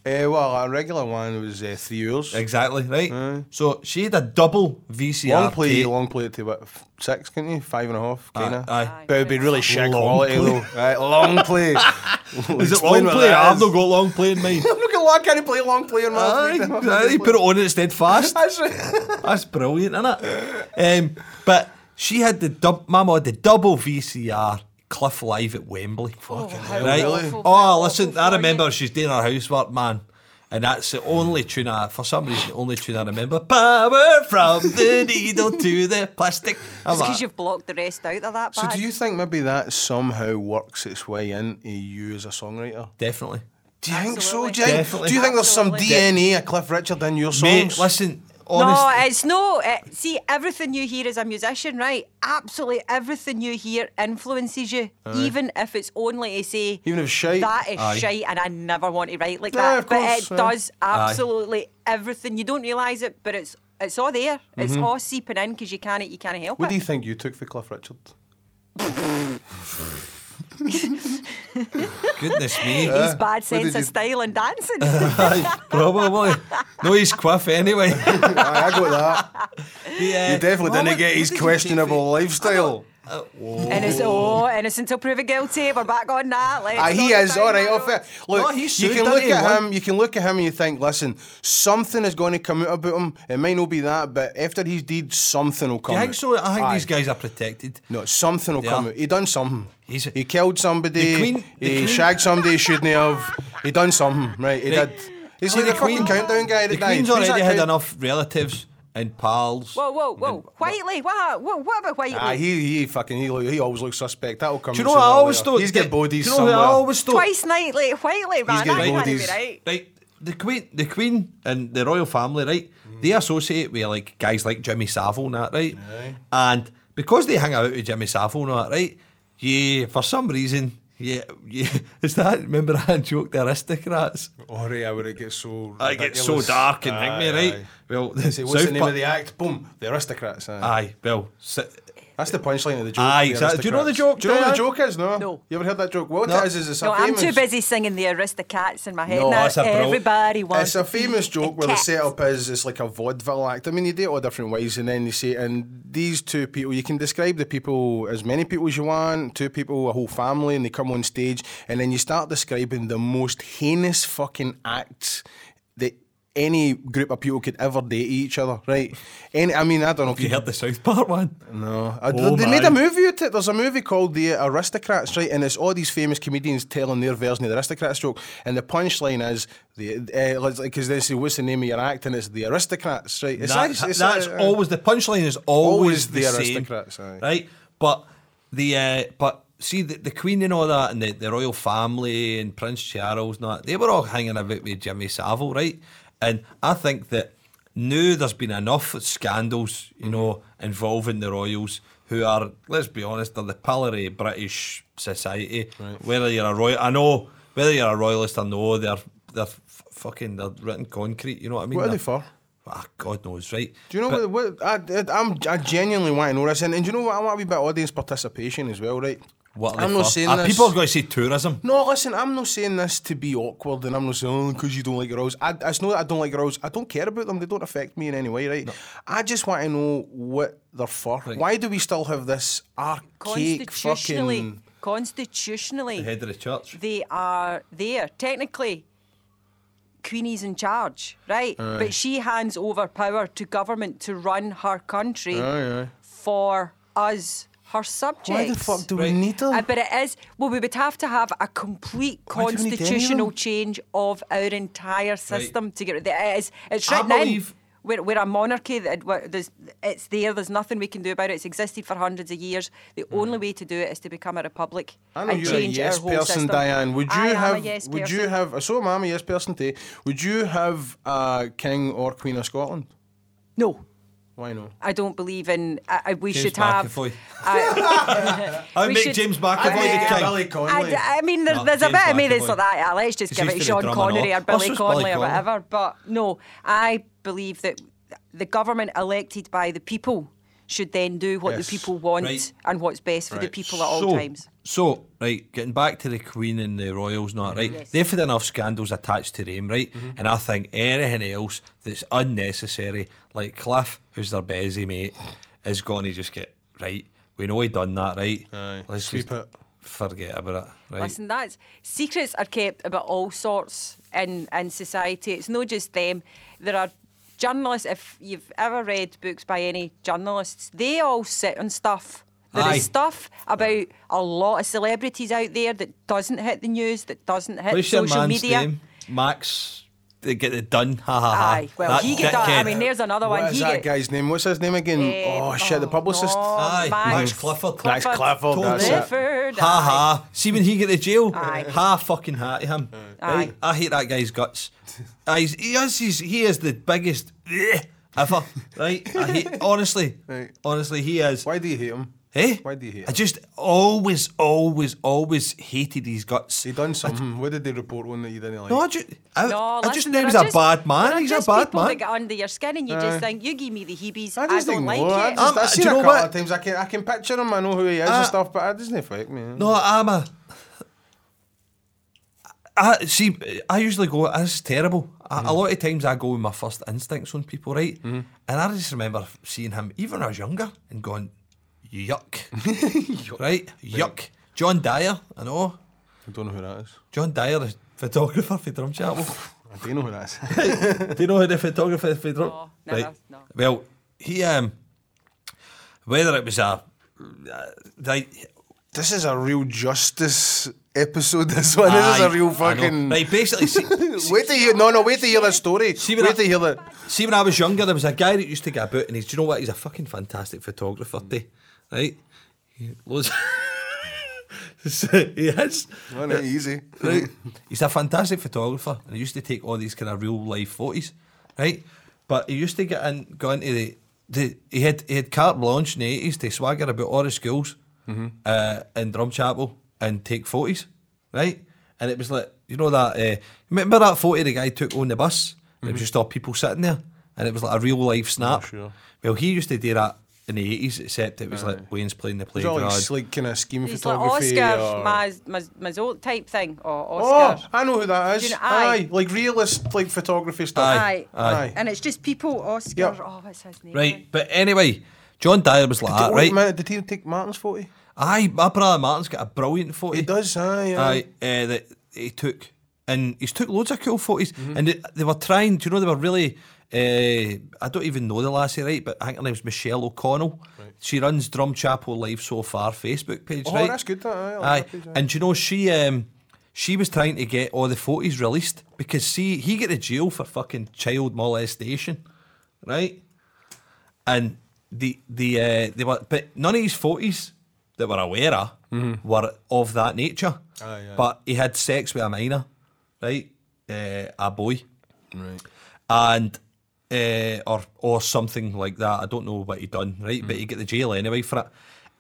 Eh, well, a regular one was uh, three years. Exactly, right? So she had a double VCR Long play, tape. long play to what f- six, couldn't you? Five and a half, kind of. aye. But it'd be really shit Long quality play. though. Right, long play. Is it Explain long what play? that I've is. not got long play in mind. Look at what I can't play long play on my. Aye, aye, you put it on and it's dead fast. That's right. That's brilliant, isn't it? Um, but she had the dub, my mum had the double VCR Cliff Live at Wembley. Fucking how right? awful. Oh, listen, Awful I for remember she's doing her housework, man. And that's the only tune I, for some reason, the only tune I remember. Power from the needle to the plastic. I'm It's like, because you've blocked the rest out of that So bag. do you think maybe that somehow works its way into you as a songwriter? definitely. Do you think so, Absolutely. Jake? Definitely. Do you think there's some Absolutely. DNA of Cliff Richard in your Mate, songs? listen, No, honestly. it's no. It, see, everything you hear as a musician, right? Absolutely everything you hear influences you, even if it's only to say, Even if it's shite. That is Aye. shite, and I never want to write like No, that. of but course, it aye. does absolutely everything. You don't realise it, but it's it's all there. It's all seeping in because you can't you can't help Mm-hmm. What do it. you think you took for Cliff Richard? goodness me. His bad What did sense of you- style and dancing. Aye, Probably. No, he's quiff anyway. Aye, I got that. Yeah. You definitely What- didn't get his what did you take for- questionable lifestyle. Innocent, oh, innocent till proven guilty. We're back on that. Let's Aye, Ah, Uh, he go is down all right. that Off road. it. Look, No, he's you sued, can didn't look he, at one? him. You can look at him and you think, listen, something is going to come out about him. It might not be that, but after he's deed, something will come. Do you out. think so? I think Aye. these guys are protected. No, something will Yeah. come out. He done something. He's a- he killed somebody. The Queen- the he Queen- shagged somebody he shouldn't have. He done something, right? He Right. did. Is he Oh, the, the fucking Queen- countdown guy that The died? Queen's Who's that already had guy? enough relatives and pals. Whoa, whoa, whoa! Whiteley, what? What, what about Whiteley? Ah, he he fucking he, look- he always looks suspect. That'll come. Do out you know what I sooner or always later. thought? He's got Do bodies you know somewhere. what I always thought? Twice nightly, Whiteley, man. got That can't be roadies. right. Right, the Queen, the Queen, and the royal family, right? They associate with like guys like Jimmy Savile and that, right? Aye. And because they hang out with Jimmy Savile and that, right? Yeah, for some reason, yeah, yeah. Is that remember I joked the aristocrats? Alright, Oh, I would it gets so. I get so ridiculous. dark and hang Aye, me right. aye. Well, Say, what's the South name Park- of the act? Boom, the aristocrats. Aye. Aye, well, si- That's the punchline of the joke. Ah. Aye, the exactly. Do you know the aristocrats. joke, Do you know what the Diane? joke is? No. No. You ever heard that joke? What No. it is is it's a No, I'm famous. too busy singing the Aristocats in my head No, now. that's a bro- Everybody It's wants. a famous joke where the cat. setup is it's like a vaudeville act. I mean, you do it all different ways, and then you say, and these two people, you can describe the people as many people as you want, two people, a whole family, and they come on stage, and then you start describing the most heinous fucking acts that any group of people could ever do to each other, right? Any, I mean, I don't know if you you heard the South Park one. No, I, Oh Uh, they made a my. movie out of it. There's a movie called The Aristocrats, right? And it's all these famous comedians telling their version of the Aristocrats joke. And the punchline is the uh, because they say, "What's the name of your act?" and it's the Aristocrats, right? It's That- actually- it's that's a- uh, always the punchline is always, Always the, the same, aristocrats, aye. right? But the uh, but see the, the Queen and all that, and the, the royal family and Prince Charles, and that, they were all hanging about with Jimmy Savile, right? And I think that now there's been enough scandals, you know, involving the royals who are, let's be honest, they're the pillory of British society. Whether you're a royal, I know whether you're a royalist or no, they're they're f- fucking they're written concrete. You know what I mean? What are they They're- for? Ah, God knows, right? Do you know But- what? what I, I, I'm, I genuinely want to know this, and, and do you know what? I want a wee bit of audience participation as well, right? What are I'm they not for? saying Ah, this. People are going to say tourism. No, listen, I'm not saying this to be awkward and I'm not saying, oh, because you don't like girls. I, it's not that I don't like girls. I don't care about them. They don't affect me in any way, right? I just want to know what they're for. Why do we still have this archaic Constitutionally, fucking. The constitutionally, head of the church. they are there. Technically, Queenie's in charge, right? But she hands over power to government to run her country for us, her subjects. Why the fuck do Right. we need them? Uh, but it is well, we would have to have a complete Why do we need any of constitutional them? change of our entire system to get rid. It is it's written in. believe- We're, we're a monarchy. That we're- there's, it's there. There's nothing we can do about it. It's existed for hundreds of years. The only way to do it is to become a republic I know and you're a change yes our whole person, system. Diane. Would you I am a have? yes would you person. have? So am I, I'm a yes person today. Would you have a king or queen of Scotland? No. Why no? I don't believe in. I, I, we James should have. McAvoy. I, I'd we make should- James McAvoy I- the I- king. Billy Connolly. I, I mean, there's, No, there's a James bit of me that's McAvoy. like that. ah, Let's just He's used give to it the Sean drum and Connery all. or Billy That's just Billy Connolly or Connolly. whatever. But no, I believe that the government elected by the people should then do what Yes. the people want Right. and what's best for the Right. people at all so, times. So, right, getting back to the Queen and the Royals, not right. Yes. They've had enough scandals attached to them, right? Mm-hmm. And I think anything else that's unnecessary, like Cliff, who's their busy mate, is going to just get right. We know he done that, right? Aye, Let's sweep just it. Forget about it, right? Listen, that's secrets are kept about all sorts in in society. It's not just them. There are journalists. If you've ever read books by any journalists, they all sit on stuff. There is Aye. stuff about a lot of celebrities out there that doesn't hit the news, that doesn't hit What's your social man's media. name? Max. They get it done. Ha ha ha. Aye, well, That he get done. I dickhead. mean, there's another What one. is He that get, guy's name? What's his name again? Eh, oh shit, the oh, publicist. no. Aye, Max Max Clifford. Max Clifford, that's it. Clifford, Ha aye. ha. See when he get to jail. Aye. Ha fucking ha to him. Aye. Right? I hate that guy's guts. Aye, he's, he is he's, he is the biggest ever. Right? I hate honestly. Right. Honestly, he is. Why do you hate him? Hey? Why do you hate I him? just always, always, always hated his guts. He done something. what did they report on that you didn't like? No, I just, I, No, I just listen, knew there he are was a just- bad there man. are He's just a bad people man. That get under your skin and you Aye. just think you give me the heebies. I I, just don't like ignore. I it. just, Um, I do seen you a know couple what? of times. I can, I can picture him. I know who he is Uh, and stuff, but it doesn't affect me. No, I'm a. I see. I usually go. This is terrible. I, Mm. A lot of times I go with my first instincts on people, right? And I just remember seeing him, even when I was younger, and going, "Yuck!" right? Yuck. John Dyer. I know. I don't know who that is. John Dyer, the photographer for Drum Chapel. I do know who that is. Do you know who the photographer for Drum? No, never, no. Well, he um, whether it was a, uh, right, This is a real justice episode. This one. This is Aye, a real I know. fucking. Right, basically, see, Wait to hear. No, no. Wait to hear the story. See when wait I- to hear the. see, when I was younger, there was a guy that used to get about, and he's, do you know what? He's a fucking fantastic photographer, too, right? He, loads So, he is. No, no, easy. right? He's a fantastic photographer, and he used to take all these kind of real life photos, right? But he used to get in, go into the, the he had he had carte blanche in the eighties to swagger about all the schools Mm-hmm. uh, in Drumchapel and take photos, right? And it was like you know that uh, remember that photo the guy took on the bus? It was just all people sitting there, and it was like a real life snap. Mm-hmm. sure. Well, he used to do that. In the eighties, except it was like Wayne's playing the It's all playground. like, like kind of scheme He's like photography. Oscar or- Maz, Maz, Mazzola type thing, or Oh, Oscar. I know who that is. Do you know- aye. aye. like realist, like photography stuff. Aye, Aye. And it's just people, Oscar. Yep. Oh, what's his name? Right, but anyway, John Dyer was like Oh, that, wait a right? minute, did he take Martin's photo? Aye, my brother Martin's got a brilliant photo. He does, aye. Aye, uh, that he took, and he's took loads of cool photos, Mm-hmm. and they, they were trying. Do you know they were really? Uh, I don't even know the lassie, right? But I think her name's Michelle O'Connell. She runs Drum Chapel Live So Far Facebook page, Oh, right? that's good, that, aye, I like aye, that page, aye. and do you know she um, she was trying to get all the photos released because see, he got to jail for fucking child molestation, right? and the the uh, they were, but none of his photos that were aware of were of that nature. Mm-hmm. Aye, aye. But he had sex with a minor, right? Uh, a boy, Right. and uh, or or something like that. I don't know what he done, right? Mm. But he get the jail anyway for it.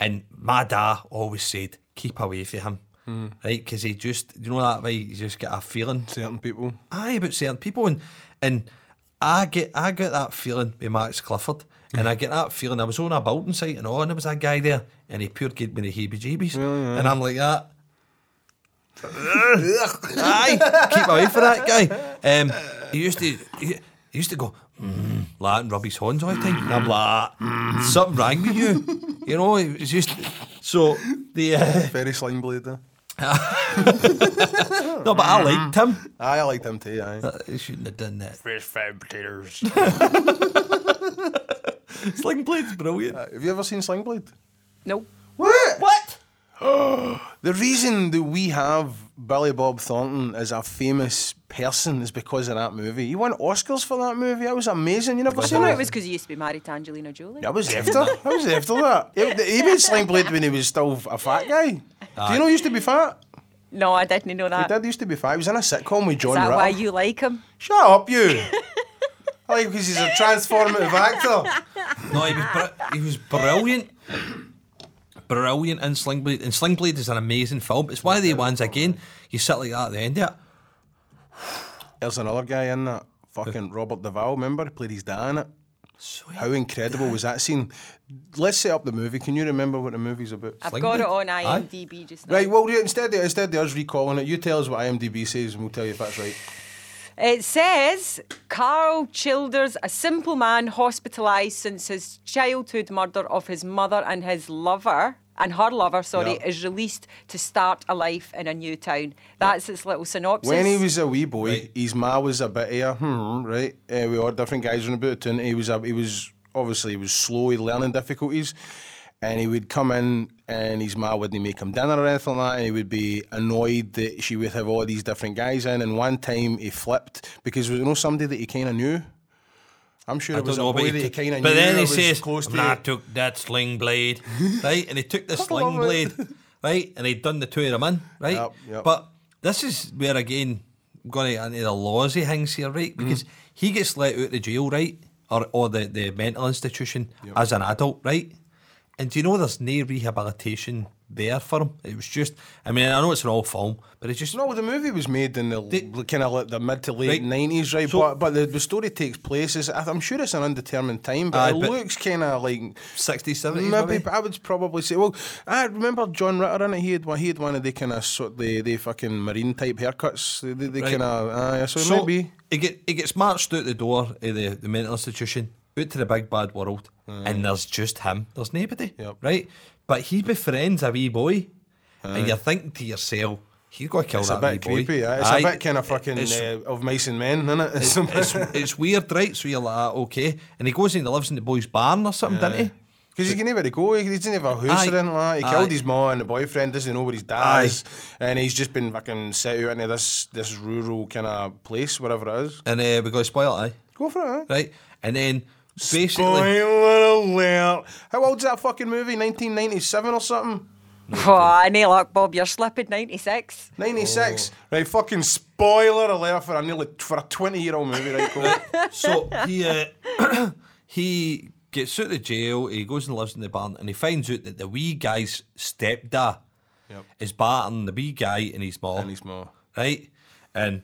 And my dad always said, keep away from him, Mm. right? 'Cause right? Because he just, you know, that way you just get a feeling Certain people. aye about certain people and and I get I get that feeling with Max Clifford and I get that feeling I was on a building site and all and there was a guy there and he pure gave me the heebie jeebies and I'm like that aye keep away from that guy um, he used to he, he used to go mm, like and rub his horns all the time and I'm like "Ah, something rang with you you know it was just so the uh, Very sling blade eh? there. no but I liked him Uh, Aye, I liked him too, aye. Uh, he shouldn't have done that Fresh fried potatoes. Sling Blade's brilliant Have you ever seen Sling Blade? No. What? What? The reason that we have Billy Bob Thornton as a famous person is because of that movie. He won Oscars for that movie. That was amazing. You never I seen thought it? it was because he used to be married to Angelina Jolie. That was after. that was after that. He, he made Slime Blade when he was still a fat guy. Do you know he used to be fat? No, I didn't know He that. Is did used to be fat. He was in a sitcom with John Uh, that Ritter. why you like him? Shut up, you. I like because he's a transformative actor. No, he was, br- he was brilliant. Brilliant in Sling Blade. And Sling Blade is an amazing film. It's one of the ones, again, you sit like that at the end of it. There's another guy in that. Fucking Robert Duvall, remember? He played his dad in it. How incredible was that scene? Let's set up the movie. Can you remember what the movie's about? I've Sling got it Blade? on Aye. IMDb just now. Right, well, yeah, instead of, instead of us recalling it, you tell us what IMDb says and we'll tell you if that's right. It says Carl Childers, a simple man hospitalised since his childhood murder of his mother and his lover, and her lover, sorry, Yeah. is released to start a life in a new town. That's its little synopsis. When he was a wee boy, Right. his ma was a bit of a hmm, right? Uh, we all different guys on about it, and he was a, he was obviously he was slow, he had learning difficulties, and he would come in and his ma wouldn't make him dinner or anything like that, and he would be annoyed that she would have all these different guys in. And one time he flipped because there was no somebody that he kind of knew. I'm sure I it was don't a know, but, boy he that he took- kind of knew. but then that he was says, close to "And I took that sling blade, right? And he took the sling love blade, it. right? And he'd done the two of them in, right? Yep, yep. But this is where, again, I'm going to into the lawsy things here, right? Mm-hmm. Because he gets let out of jail, right? Or, or the, the mental institution as an adult, right? And do you know there's no rehabilitation there for him? It was just, I mean, I know it's an old film, but it's just No, the movie was made in the kind of like the mid to late Right. nineties, right? So- but but the, the story takes place. Is I- I'm sure it's an undetermined time, but Aye, it but- looks kind of like 60s, 70s. maybe. maybe. but I would probably say. Well, I remember John Ritter in it. He had one. He had one of the kind of sort the the fucking marine type haircuts. They, they, they Right. kind of uh, so, So maybe. he, get, he gets marched out the door of the, the mental institution, out to the big bad world, and there's just him. There's nobody, Yep. right? But he befriends a wee boy, and you're thinking to yourself, he's got to kill It's a that bit wee boy. creepy. Yeah. It's Aye, a bit kind of fucking it's- uh, of mice and men, isn't it? It's, a bit- it's, it's weird, right? So you're like, ah, okay. And he goes in and lives in the boy's barn or something, doesn't he? Because he can never go, he doesn't have a house Aye. or anything like that. He Aye. killed his ma and the boyfriend doesn't know where his dad is, and he's just been fucking set out into this this rural kind of place, wherever it is. And uh, we go spoil it, aye? Go for it. eh? right? And then basically, Spoiler alert! How old's that fucking movie? 1997 or something? Oh, I nail luck, Bob. You're slipping 96. 96. Oh. Right, fucking spoiler alert for a nearly for a 20 year old movie. Right, go. so he uh, he gets out of jail. He goes and lives in the barn, and he finds out that the wee guy's stepdad Yep. is batting the wee guy and his mom, And he's more. right? And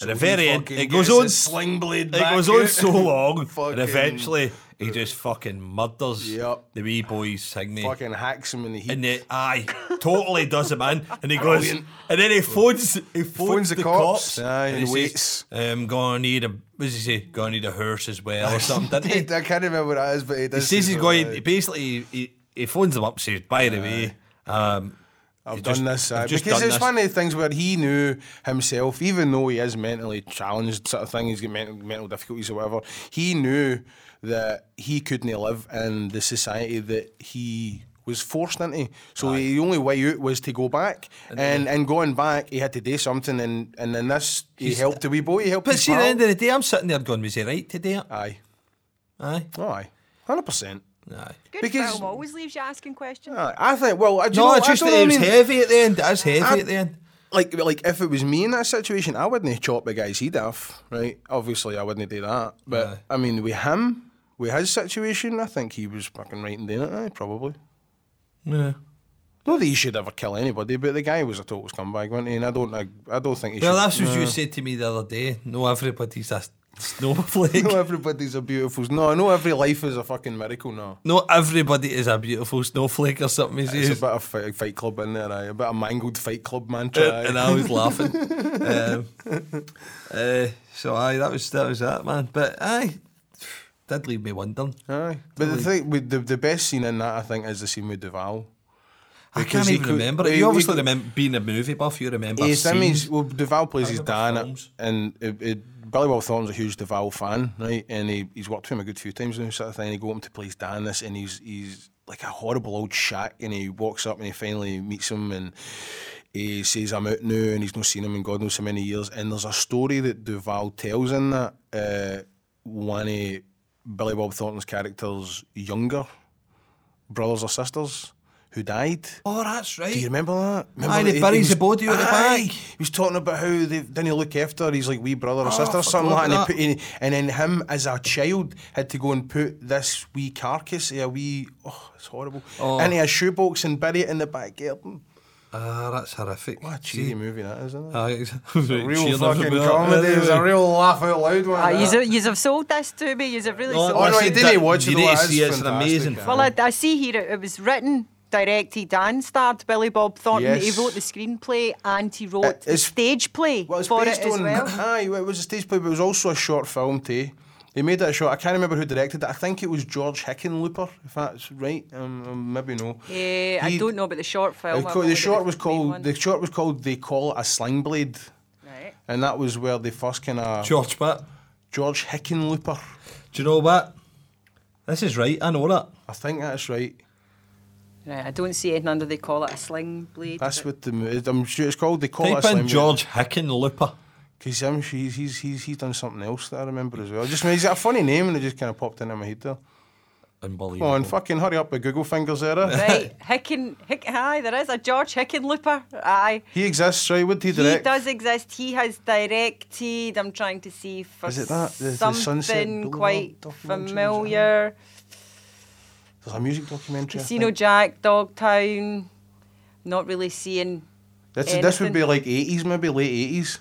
at the He very end, fucking it goes gets on. his Sling blade. It back goes on out. so long, and Fucking- eventually he just fucking murders Yep. the wee boy's thingy. Fucking hacks him in the heat. And the aye, totally does him in. And he goes, Brilliant. and then he phones, he phones, Phones the, the cops, cops. Aye, and he waits. Says, I'm gonna need a, what's he say? Gonna need a hearse as well or something. I Didn't he? can't remember what that is, but he he does. says say he's so, going. aye. He basically, he, he phones them up. Says, by the way, um, I've You've done this just- you've uh, just because done it's this. one of the things where he knew himself, even though he is mentally challenged, sort of thing. He's got mental, mental difficulties or whatever. He knew that he couldn't live in the society that he was forced into. So the only way out was to go back, and and, going back, he had to do something. And and then this, he helped the wee boy. He helped. but his see, at the pal. end of the day, I'm sitting there going, was he right to do it? aye, Aye, oh, aye, hundred percent. aye. Good Because- film always leaves you asking questions. I think. Well, I do you No, know, it's just I that don't know, it I was mean- heavy at the end. It is heavy at the end. like like if it was me in that situation, I wouldn't chop the guy's head off, right? Obviously, I wouldn't do that. But Aye. I mean, with him, with his situation, I think he was fucking right in doing it. Aye, probably. Yeah. Not that he should ever kill anybody, but the guy was a total scumbag, wasn't he? And I don't, I, I don't think he Well, should. that's what you said to me the other day. No, everybody's a snowflake. No, everybody's a beautiful. No, no, every life is a fucking miracle. No, Not everybody is a beautiful snowflake or something. He it's a says. bit of fight, fight club in there, aye. a bit of mangled fight club mantra. aye. Uh, and I was laughing. um, uh, so aye, that was that was that man. But aye, did leave me wondering. Aye. But the thing, with the, the best scene in that, I think, is the scene with Duval. I Because can't he even could- remember. it. he- you obviously he- remember being a movie buff. You remember Yes, that means scenes. well, Duval plays his remember dad, in it, films. and it, it, Billy Bob Thornton's a huge Duval fan, right? And he, he's worked with him a good few times now, sort of thing. He go up to play his dad in this, and he's he's like a horrible old shack, and he walks up and he finally meets him, and he says, "I'm out now," and he's not seen him in God knows how many years. And there's a story that Duval tells in that uh, one of Billy Bob Thornton's characters' younger brothers or sisters who died. Oh, that's right. Do you remember that? Remember Aye, that they buries was- the body at the Aye, back. He was talking about how they didn't look after his like wee brother or sister or forgot something like about that. And, he put in, and then him as a child had to go and put this wee carcass, a wee oh, it's horrible, into a shoebox and bury it in the back garden. Ah, that's horrific. What a cheesy movie that is, isn't it? Aye, it's it's A Uh, real cheering fucking everybody up. comedy. It was a real laugh out loud one. Ah, that. yous, yous have sold this to me. Yous have really Oh, sold oh no, it. he Listen, didn't that- watch it. you though, need to that's see it, it's an fantastic, amazing yeah. film. Well, I, I see here it, it was written, directed, and starred Billy Bob Thornton. Yes. Uh, He wrote the screenplay and he wrote the it's- stage play Well, it's for based it as on. well. Aye, well, it was a stage play, but it was also a short film too. They made it a short. I can't remember who directed it. I think it was George Hickenlooper, if that's right. Um, um, maybe no. Eh, I He- don't know about the short film. it I co- know the short the was main called. one. The short was called. They call it a sling blade, Right. and that was where they first kind of George Pitt. George Hickenlooper. Do you know what? This is right. I know that. I think that's right. Right, I don't see anything under they call it a sling blade. That's but- what the. mo- I'm sure it's called. They call it Type a sling in George Hickenlooper. Because I'm sure he's, he's he's he's done something else that I remember as well. Just he's got a funny name, and it just kind of popped into my head there. Unbelievable. Come on, fucking hurry up with Google fingers, era. Right, Hicken, Hick, aye, there is a George Hickenlooper. Aye. He exists, right? Would he He direct? does exist. He has directed. I'm trying to see for Is it that? The- the Sunset something Boulevard quite documentary, is it that? familiar. There's a music documentary. I Casino think. Jack, Dogtown. Not really seeing. This, this would anything. be like 80s, maybe late 80s.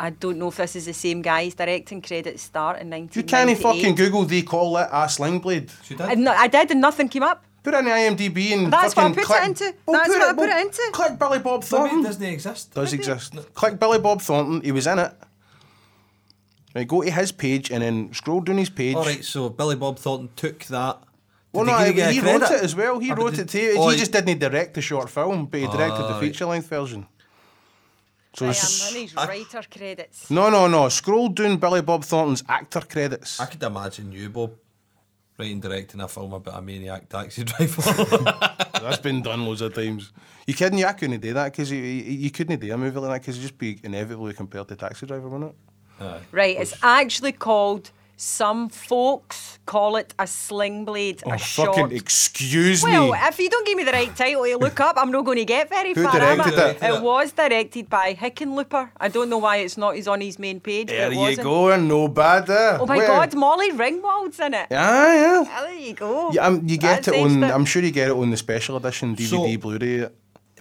I don't know if this is the same guy. His directing credits start in 1998. You can't fucking Google they call it a sling blade. She I, did. Uh, no, I did, and nothing came up. Put it in the IMDb and That's what fucking I put it click, Oh, into. That's what I put it into. Click Billy Bob Maybe it Thornton. doesn't exist. does exist. Click Billy Bob Thornton. He was in it. Right, go to his page and then scroll down his page. All right, so Billy Bob Thornton took that. Well, Did no, he, he, get a wrote credit? it as well. He Or wrote did- it too. oh, he just didn't direct the short film, but he directed the Aye. feature length version. So I am s- his writer credits. no, no, no. Scroll down Billy Bob Thornton's actor credits. I could imagine you, Bob, writing, directing a film about a maniac taxi driver. That's been done loads of times. You kidding? You I couldn't do that because you, you, you couldn't do a movie like that because you'd just be inevitably compared to Taxi Driver, wouldn't it? Aye. Right, it's actually called. Some folks call it a sling blade. a short Oh, fucking excuse Well, me. if you don't give me the right title to look up, I'm not going to get very Who far. am I? directed it? Directed it. was directed by Hickenlooper. I don't know why it's not. He's on his main page. but there it you wasn't. go, and no bad there. Oh my Where- God, Molly Ringwald's in it. Yeah, yeah. Ah, There you go. yeah um, you get That it on. saved I'm sure you get it on the special edition DVD, So- Blu-ray.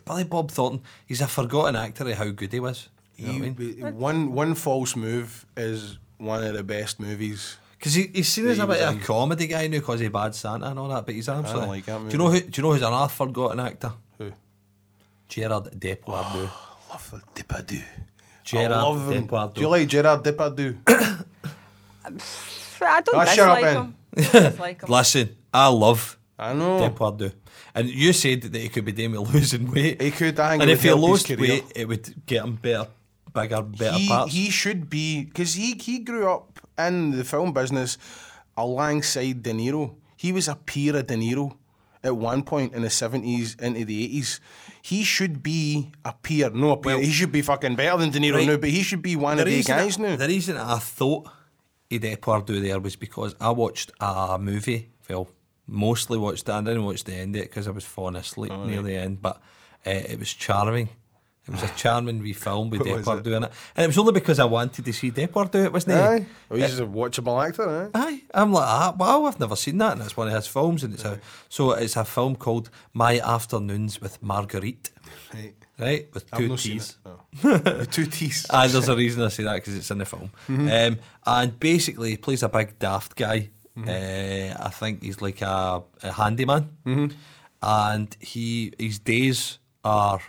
Billy Bob Thornton, he's a forgotten actor of how good he was. You know what I mean? You- one one false move is one of the best movies. Because he, he's seen as he a bit was of a comedy guy now because he bad Santa and all that, but he's absolutely. like that do you know who? Do you know who's another forgotten actor? Who? Gerard Depardieu. Love Ah, Depardieu. Gerard I love him. Depardieu. Do you like Gerard Depardieu? it. I don't Ah, dislike shut up, him. dislike him. Listen, I love I know. Depardieu, and you said that he could be doing with losing weight. He could, I think and it if would he help his lost career. weight, it would get him better, bigger, better he, parts. he should be because he he grew up in the film business alongside De Niro. He was a peer of De Niro at one point in the seventies into the eighties. He should be a peer, no a peer. Well- he should be fucking better than De Niro Right. now, but he should be one of the guys that, now. The reason that I thought he Depardieu there was because I watched a movie. Well, mostly watched it. I didn't watch the end of it because I was falling asleep near the end, but uh, it was charming. It was a charming wee film with What was Depardieu in it, and it was only because I wanted to see Depardieu. It wasn't. Aye. Aye. Well, he's a watchable actor, eh? aye? Aye, I'm like, ah, wow, I've never seen that, and it's one of his films, and it's a so it's a film called My Afternoons with Marguerite, Right. right? With I've two not seen T's. it. no. With two T's. And Ah, there's a reason I say that because it's in the film. Um, and basically, he plays a big daft guy. Uh, I think he's like a, a handyman, and he his days are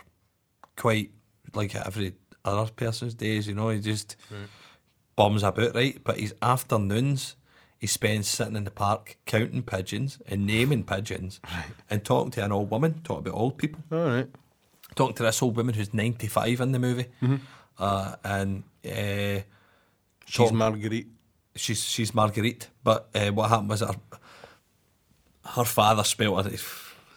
quite like every other person's days. You know, he just bums about, right? But his afternoons. He spends sitting in the park counting pigeons and naming pigeons and talking to an old woman, talking about old people All right. talking to this old woman who's 95 in the movie, uh, and uh, Mm-hmm. She's talk- Marguerite. eh, she's she's Marguerite. But uh, what happened was her her father spelt her.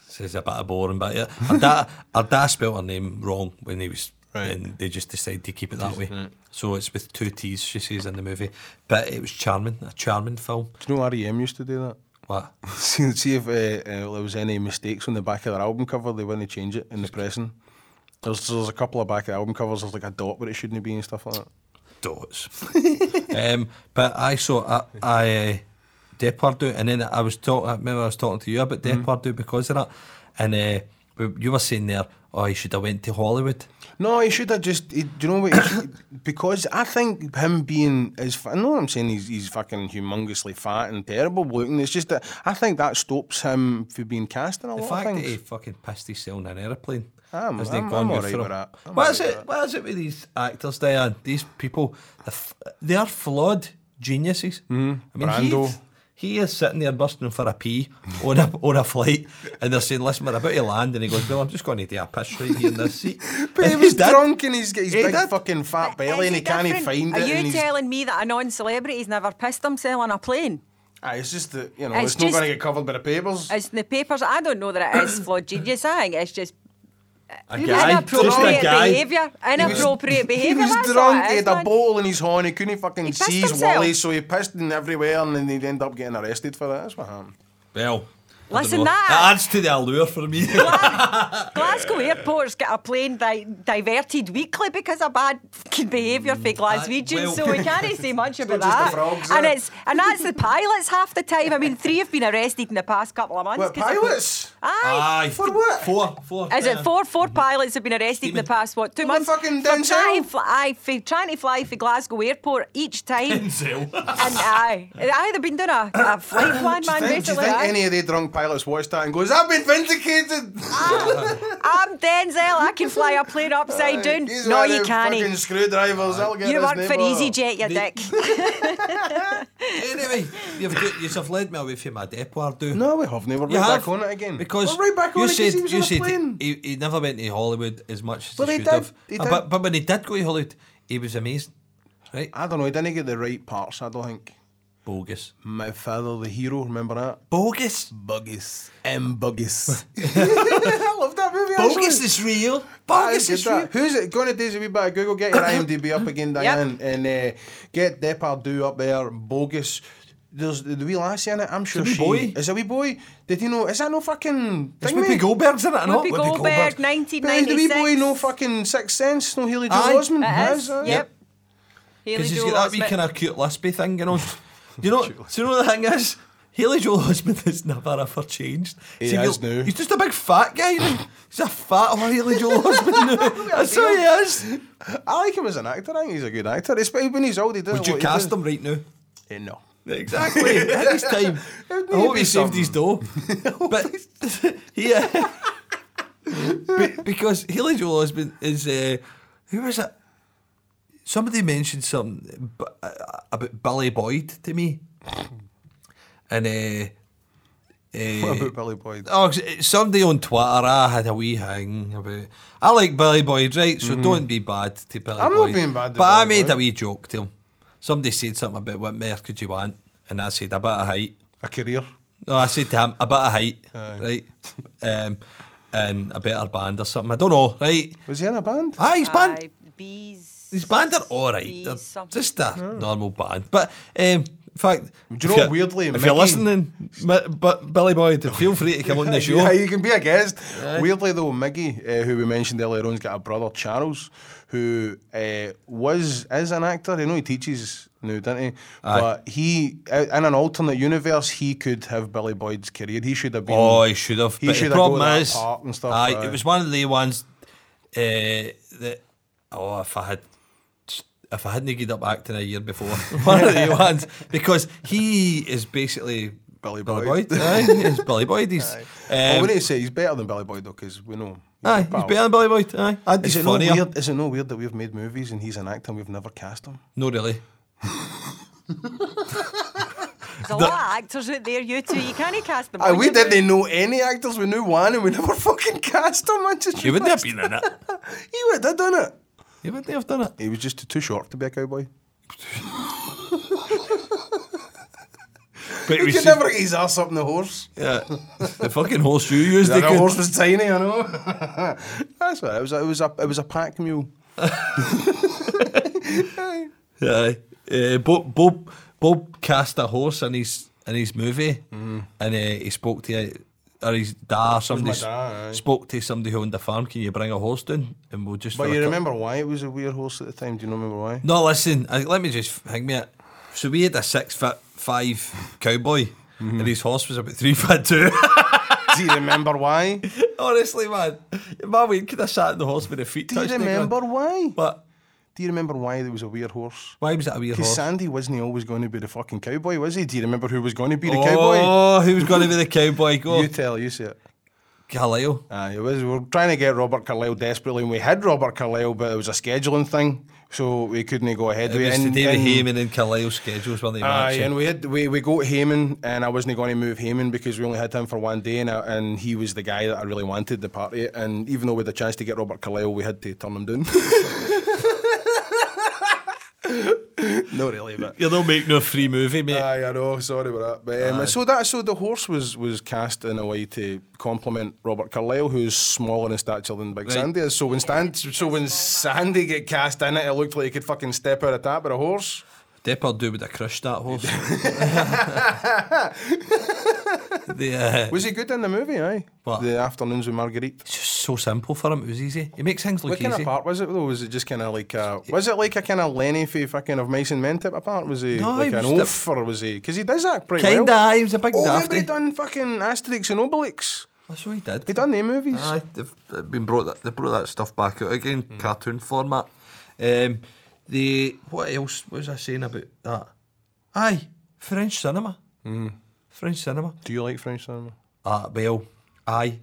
Says a bit of boring, but yeah, her dad, her dad spelt her name wrong when he was, Right. and they just decided to keep it that way. So it's with two T's. She says in the movie, but it was charming, a charming film. Do you know REM used to do that? What? see, see if uh, uh, there was any mistakes on the back of their album cover. They wouldn't change it in the pressing. There's, there's a couple of back of the album covers. There's like a dot where it shouldn't be and stuff like that. dots. um, but I saw I, I uh, Depardieu, and then I was talking. I remember I was talking to you about Depardieu because of that, and uh, we- you were saying there, oh, he should have went to Hollywood. No, he should have just. He, do you know what? he should- because I think him being as fa- I know what I'm saying he's, he's fucking humongously fat and terrible looking. It's just that I think that stops him for being cast in a The lot fact of that he things. fucking pissed himself in an airplane. I'm- hasn't I'm- gone I'm alright good for with him? that. I'm Why is alright with it? Why is it with these actors, Diane? These people, the f- they are flawed geniuses. Mm, I mean, Mm-hmm. Brando. he, he is sitting there busting for a pee on a on a flight, and they're saying, "Listen, we're about to land," and he goes, "Well, I'm just going to do a piss right here in this seat." But he And was did. drunk and he's got his He big did. fucking fat Is belly and he it can't even different? find Are it. and you he's, telling me that a non-celebrity's never pissed himself on a plane? Ah, it's just that you know It's it's, not just- going to get covered by the papers. It's in the papers. I don't know that it is flawed genius. I think it's just A inappropriate just a guy. behaviour. Inappropriate He behaviour. was that's all drunk, it he is, had a man. bottle in his horn, he couldn't fucking He pissed see his himself. wally, so he pissed in everywhere and then he'd end up getting arrested for that. That's what happened. Well, I Listen, don't know. that- that adds to the allure for me. Glasgow Airport's got a plane di- diverted weekly because of bad fucking behaviour Mm, for Glaswegians, well- so we can't say much about just the that. frogs, and eh? it's and that's the pilots half the time. I mean, three have been arrested in the past couple of months. What, 'cause of- pilots? Aye. Aye. For what? Four. Four. Is it four? Four Mm-hmm. pilots have been arrested in the past what two Well, months? they're fucking for down trying, south. fl- aye, for trying to fly for Glasgow Airport each time. Denzel. and aye, aye, they've been doing a, a flight plan, Do you man. think, do you basically, think aye. any of the drunk pilots watched that and goes, I've been vindicated? I'm Denzel. I can fly a plane upside down. He's No, one of you them Fucking can't. screwdrivers, I'll get You this work for neighbour." EasyJet, you They- dick. anyway, you've, got, you've led me away from my Depardieu. No, we haven't. We're You right have, back on it again. Because we're right back you on said, it 'cause he was you on a said plane. He, he never went to Hollywood as much as Well, he he should did, have. he Uh, did. But, but when he did go to Hollywood, he was amazing. Right? I don't know, he didn't get the right parts, I don't think. Bogus. My father, the hero, remember that? Bogus. Buggies. M. Buggies. I love that movie. actually. Bogus is real. Bogus Aye, is get real. that. Who's it? Go on a daisy wee bit of Google, get your IMDb up again, Diane, and uh, get Depardieu up there. Bogus. There's the wee lassie in it. I'm sure a wee she boy. is a wee boy. Did you know? Is that no fucking? It's thing, Whoopi mate? Goldberg's in it, I know. Whoopi Goldberg, 1996. Is the wee boy no fucking sixth sense? No Haley Aye. Joel Osment. It Has, is. aye. Yep. Because Haley he's Joel got that wee Osment. kind of cute lispy thing going on. Do you know? do you know the thing is? Haley Joel Osment has never ever changed. He See, is he'll- now. He's just a big fat guy. now. He's a fat Haley Joel Osment now. That's who he is. I like him as an actor. I think he's a good actor. It's when he's old. He does Would you cast him right now? him? No. Exactly. At his time. I Wouldn't he hope be he saved his dough. but yeah, Be- because Haley Joel Osment is uh, who was it? Somebody mentioned something b- uh, about Billy Boyd to me, and uh, What uh, about Billy Boyd? oh, s- somebody on Twitter. I had a wee hang about. I like Billy Boyd, right? So don't be bad to Billy Mhm. I'm not Boyd. being bad to but I Billy made Boyd. a wee joke to him. Somebody said something about what more could you want, and I said a bit of height. A career. No, I said to him a bit of height, right, um, and a better band or something. I don't know, right? Was he in a band? Ah, his band, Aye, bees. his band are all right. Be They're something. just a normal band, but um, in fact, Do you know if you're- weirdly, if Mickey- you're listening, Mi- but Billy Boyd, feel free to come on the show. Yeah, you can be a guest. Weirdly though, Miggy, uh, who we mentioned earlier on, has got a brother Charles, who uh, was is an actor. I know he teaches now, doesn't he? But he, uh, in an alternate universe, he could have Billy Boyd's career. He should have been. Oh, he should have. He but should have the problem got that is, part and stuff. Aye, aye. it was one of the ones uh, that. Oh, if I had, if I hadn't given up acting a year before, one of the ones because he is basically Billy Boyd. Boyd. aye, he's Billy Boyd. He's, Well, um, we need to say he's better than Billy Boyd though, because we know. he's aye, a he's pal. Ah, better than Billy Boyd. Aye, and Is it, he's no funnier. weird, is it no weird that we've made movies and he's an actor and we've never cast him? No, really. There's a lot of actors out there, you two. You can't cast them. Aye, all, we you didn't know any actors. We knew one and we never fucking cast him. I just He wouldn't have been in it. He would have done it. He wouldn't have done it. He was just too short to be a cowboy. But He we could see- never get his ass up in the horse. Yeah. the fucking horse you used. The they could- horse was tiny, I know. That's what it was. It was a it was a pack mule. Aye. Uh, Bob, Bob, Bob cast a horse in his in his movie, Mm. and uh, he spoke to uh, or his da somebody s- da, aye. spoke to somebody who owned the farm. Can you bring a horse down? And we'll just. But fill a you cou- remember why it was a weird horse at the time? Do you not remember why? No, listen. I, let me just hang me. It. So we had a six foot five cowboy, Mm-hmm. and his horse was about three foot two. Do you remember why? Do Honestly, man, my we could have sat in the horse with the feet. you touched the ground. remember why? But Do you remember why there was a weird horse? why was that a weird Because horse? Sandy wasn't always going to be the fucking cowboy, was he? Do you remember who was going to be the cowboy? oh, who was going to be the cowboy? Go, You tell, you say it. Galileo. Aye, it was. We were trying to get Robert Carlyle desperately, and we had Robert Carlyle, but it was a scheduling thing, so we couldn't go ahead It with it. was the And- David and- Heyman and Carlisle schedules, weren't they? Aye, matching? and we had we, we got Heyman, and I wasn't going to move Heyman because we only had him for one day, and, I, and he was the guy that I really wanted the party. And even though we had a chance to get Robert Carlyle, we had to turn him down. no, really, but. You're not making a free movie, mate. Aye, I know. Sorry about that. But um, so that so the horse was was cast in a way to compliment Robert Carlyle, who's smaller in stature than Big Right. Sandy is. So when Stan, so when Sandy get cast in it, it looked like he could fucking step out of that with a horse. Deppard do would have crushed that horse. the, uh, Was he good in the movie? Aye. What? The afternoons with Marguerite. it's just so simple for him. It was easy. He makes things What look kind of easy. part was it though? Was it just kind of like a, was it like a kind of Lenny for fucking of Mice and Men type of part? Was he No, like he an was the- oaf or was he? Because he does that pretty Kinda, well. aye, he was a big Oh, remember dafty. he done fucking Asterix and Obelix. That's what he did. He done them movies. Aye, they've they've been brought that they brought that stuff back out again, cartoon format. Um, the what else was I saying about that? Aye, French cinema. French cinema. Do you like French cinema? Ah, well, aye.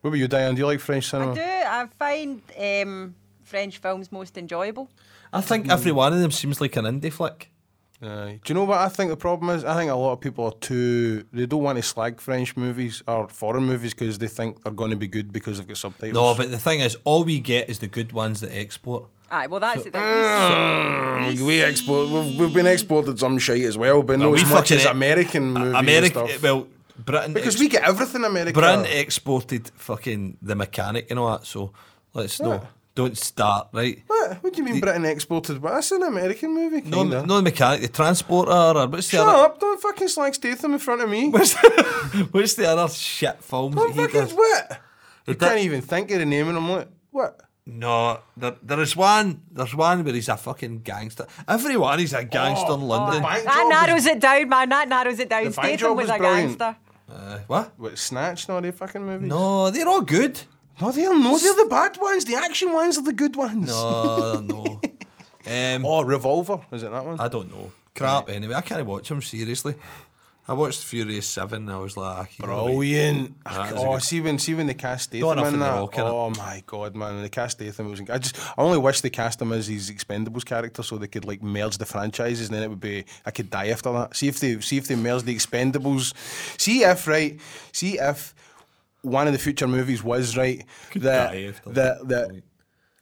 What about you, Diane? Do you like French I cinema? do. I find um, French films most enjoyable. I Hmm. think every one of them seems like an indie flick. Aye. do you know what I think the problem is? I think a lot of people are too. They don't want to slag French movies or foreign movies because they think they're going to be good because they've got subtitles. No, but the thing is, all we get is the good ones that export. Aye, well that's the thing. Mm, we export. We've, we've been exported some shit as well, but no we as much fucking as e- American movies. and America, stuff. well, Britain. Because ex- we get everything America. Britain exported fucking the mechanic and all that. So let's no, don't start right. What? What do you mean Britain exported? But that's an American movie. No, kinda. no, the mechanic, the transporter, or what's the Shut other? up! Don't fucking slag Statham in front of me. What's the, what's the other shit films Don't that he fucking does? what? You that- can't even think of the name, and I'm like, what? No, there, there is one. There's one where he's a fucking gangster. Everyone Oh, is a gangster in London. bank That job was- narrows it down, man. That narrows it down. The bank Statham job was was a brilliant. gangster. Uh, what? What Snatch? Not a fucking movie. No, they're all good. No, they're no, they're the bad ones. The action ones are the good ones. No, Uh, no. Um, Oh, Revolver. Is it that one? I don't know. Crap. Anyway, I can't watch them seriously. I watched Furious Seven. and I was like, you know what? Brilliant. That is a oh, good- see when see when they cast Statham Not enough in in the that. role, can it? oh my god, man! They cast Statham. It was. I just. I only wish they cast him as his Expendables character, so they could like merge the franchises, and then it would be. I could die after that. See if they. See if they merge the Expendables. See if right. See if one of the future movies was right. that die after that that.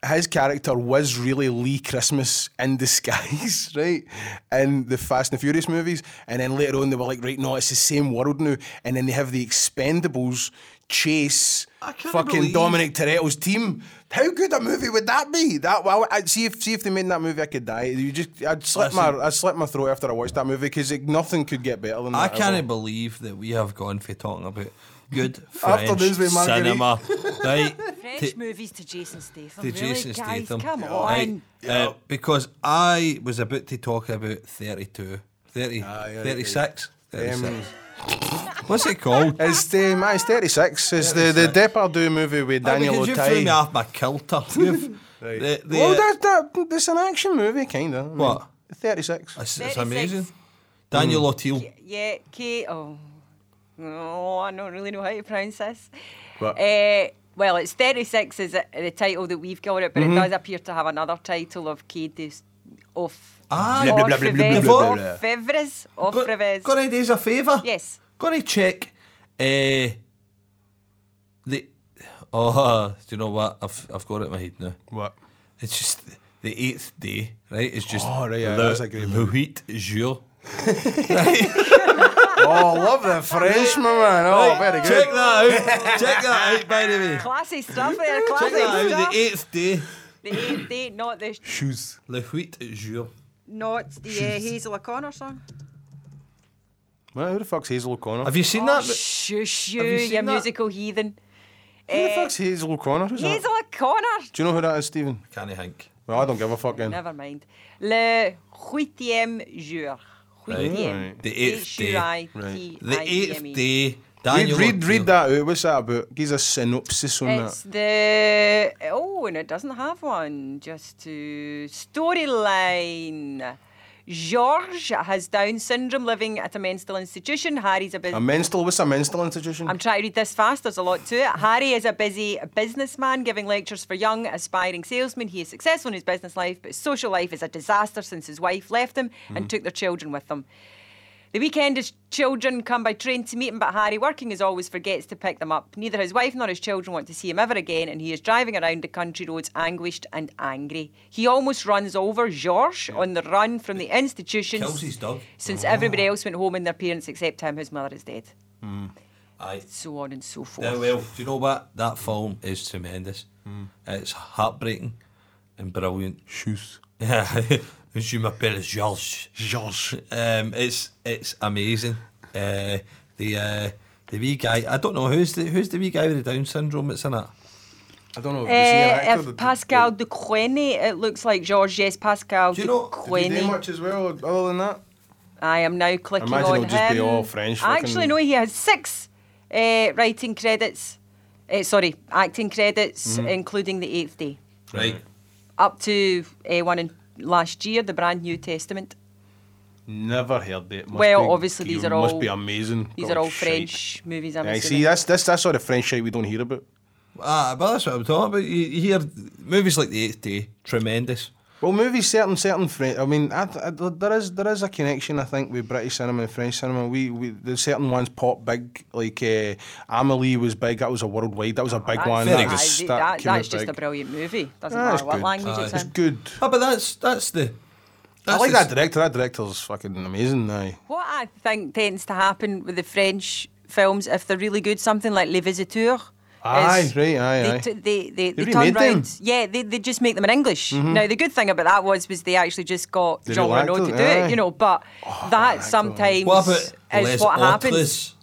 His character was really Lee Christmas in disguise, right? In the Fast and Furious movies. And then later on, they were like, right, no, it's the same world now. And then they have the Expendables chase I can't fucking believe- Dominic Toretto's team. How good a movie would that be? That well, I'd see if see if they made that movie, I could die. You just, I'd slit Listen. my I'd slit my throat after I watched that movie because nothing could get better than I that. ever. can't believe that we have gone for talking about good French Afternoons with Marguerite. cinema, right? French To- movies to Jason Statham. to really, Jason guys, Statham. Come on. Right, uh, because I was about to talk about 32, 30, Aye, aye, 36, 36. Um, What's it called? It's the man. It's thirty six. It's the the Depardieu movie with Oh, Daniel because you threw me O'Tai. off my kilter. You've, the, the, Well, uh, that, that that's an action movie, kind of. What? Thirty six. it's, uh, it's 36. amazing. Daniel Hmm. O'Teal. Yeah, Kate. Oh, no, I don't really know how to pronounce this. What? Eh, well, it's 36 is it- the title that we've got it, but it does appear to have another title of Kate is of Ah, Blah, blah, blah, blah, blah, blah, blah. Fevres of Go- Fevres. Got any days a favour? Yes. Got to check. Uh, the oh, do you know what? I've I've got it in my head now. What? It's just the eighth day, right? It's just Oh, right, yeah, Le, that's a great Le Huit Jour. oh, love the French, my man. Oh, Right, very good. Check that out. Check that out, by the way. Classy stuff there, classy Check that out. stuff. The eighth day. The eighth day, not the Shoes. Le Huit Jour. not the uh, Hazel O'Connor song. Man, who the fuck's Hazel O'Connor? Have you seen Oh, that? shush you, Have you you, seen that? musical heathen. who the Eh, fuck's Hazel O'Connor? Who's Hazel that? O'Connor. Do you know who that is, Stephen? Can you think? Well, I don't give a fuck then. Never mind. Le huitième jour. Huitième. Right. The eighth day. H-U-I-T-I-E-M-E. The E eighth day. Read, Daniel read, read O'Neill. that out. What's that about? Give us a synopsis on It's that. the oh, and it doesn't have one. Just to storyline. George has Down syndrome, living at a mental institution. Harry's a A business. menstrual. What's a menstrual institution? I'm trying to read this fast. There's a lot to it. Harry is a busy businessman giving lectures for young, aspiring salesmen. He is successful in his business life, but his social life is a disaster since his wife left him Hmm. and took their children with them. The weekend, his children come by train to meet him, but Harry, working as always, forgets to pick them up. Neither his wife nor his children want to see him ever again, and he is driving around the country roads anguished and angry. He almost runs over George on the run from the institution Kills his dog. Oh. since everybody else went home and their parents, except him, whose mother is dead. Aye. So on and so forth. Yeah, well, do you know what? That film is tremendous. It's heartbreaking and brilliant. Shoes. Je m'appelle Georges. George. Um, it's it's amazing. Uh, the uh, the wee guy. I don't know who's the who's the wee guy with the Down syndrome. that's in it. I don't know. Uh, if Pascal Duquesne, it looks like George. Yes, Pascal Do you know- Did he do Duquesne. much as well, other than that? I am now clicking Imagine on it'll just him. be all French Actually, fucking- no, he has six uh, writing credits. Uh, sorry, acting credits, Mm-hmm. including the Eighth Day, Right. up to uh, one in last year, the Brand New Testament. Never heard it. Must Well, be- obviously, these you are Must all- be amazing. Oh, These Got are all shite. French movies. I'm Yeah, you assuming. see, that's that's that sort of French shit we don't hear about. Ah, but that's what I'm talking about. You, you hear movies like The Eighth Day, tremendous. Well, movies certain certain French. I mean, I, I, there is there is a connection I think with British cinema and French cinema. We, we there's certain ones pop big, like uh, Amelie was big. That was a worldwide. That was a big That's- one. Very That good. was, aye, that that- came out that's just big. a brilliant movie. Doesn't Ah, it's matter what good. language it's Aye. It's in. good. Ah, but that's that's the. I that's like the- that director. That director's fucking amazing. Aye. What I think tends to happen with the French films, if they're really good, something like Les Visiteurs. Aye, is right, aye, they, aye. t- they, they, they, They turn remade them. Mm-hmm. round. Yeah, they, they just make them in English. Now, the good thing about that was was they actually just got They Jean Reno relaxed to it, do aye. Oh, it, you know, but that relaxed it, aye. sometimes What about is Les what happens. Autres?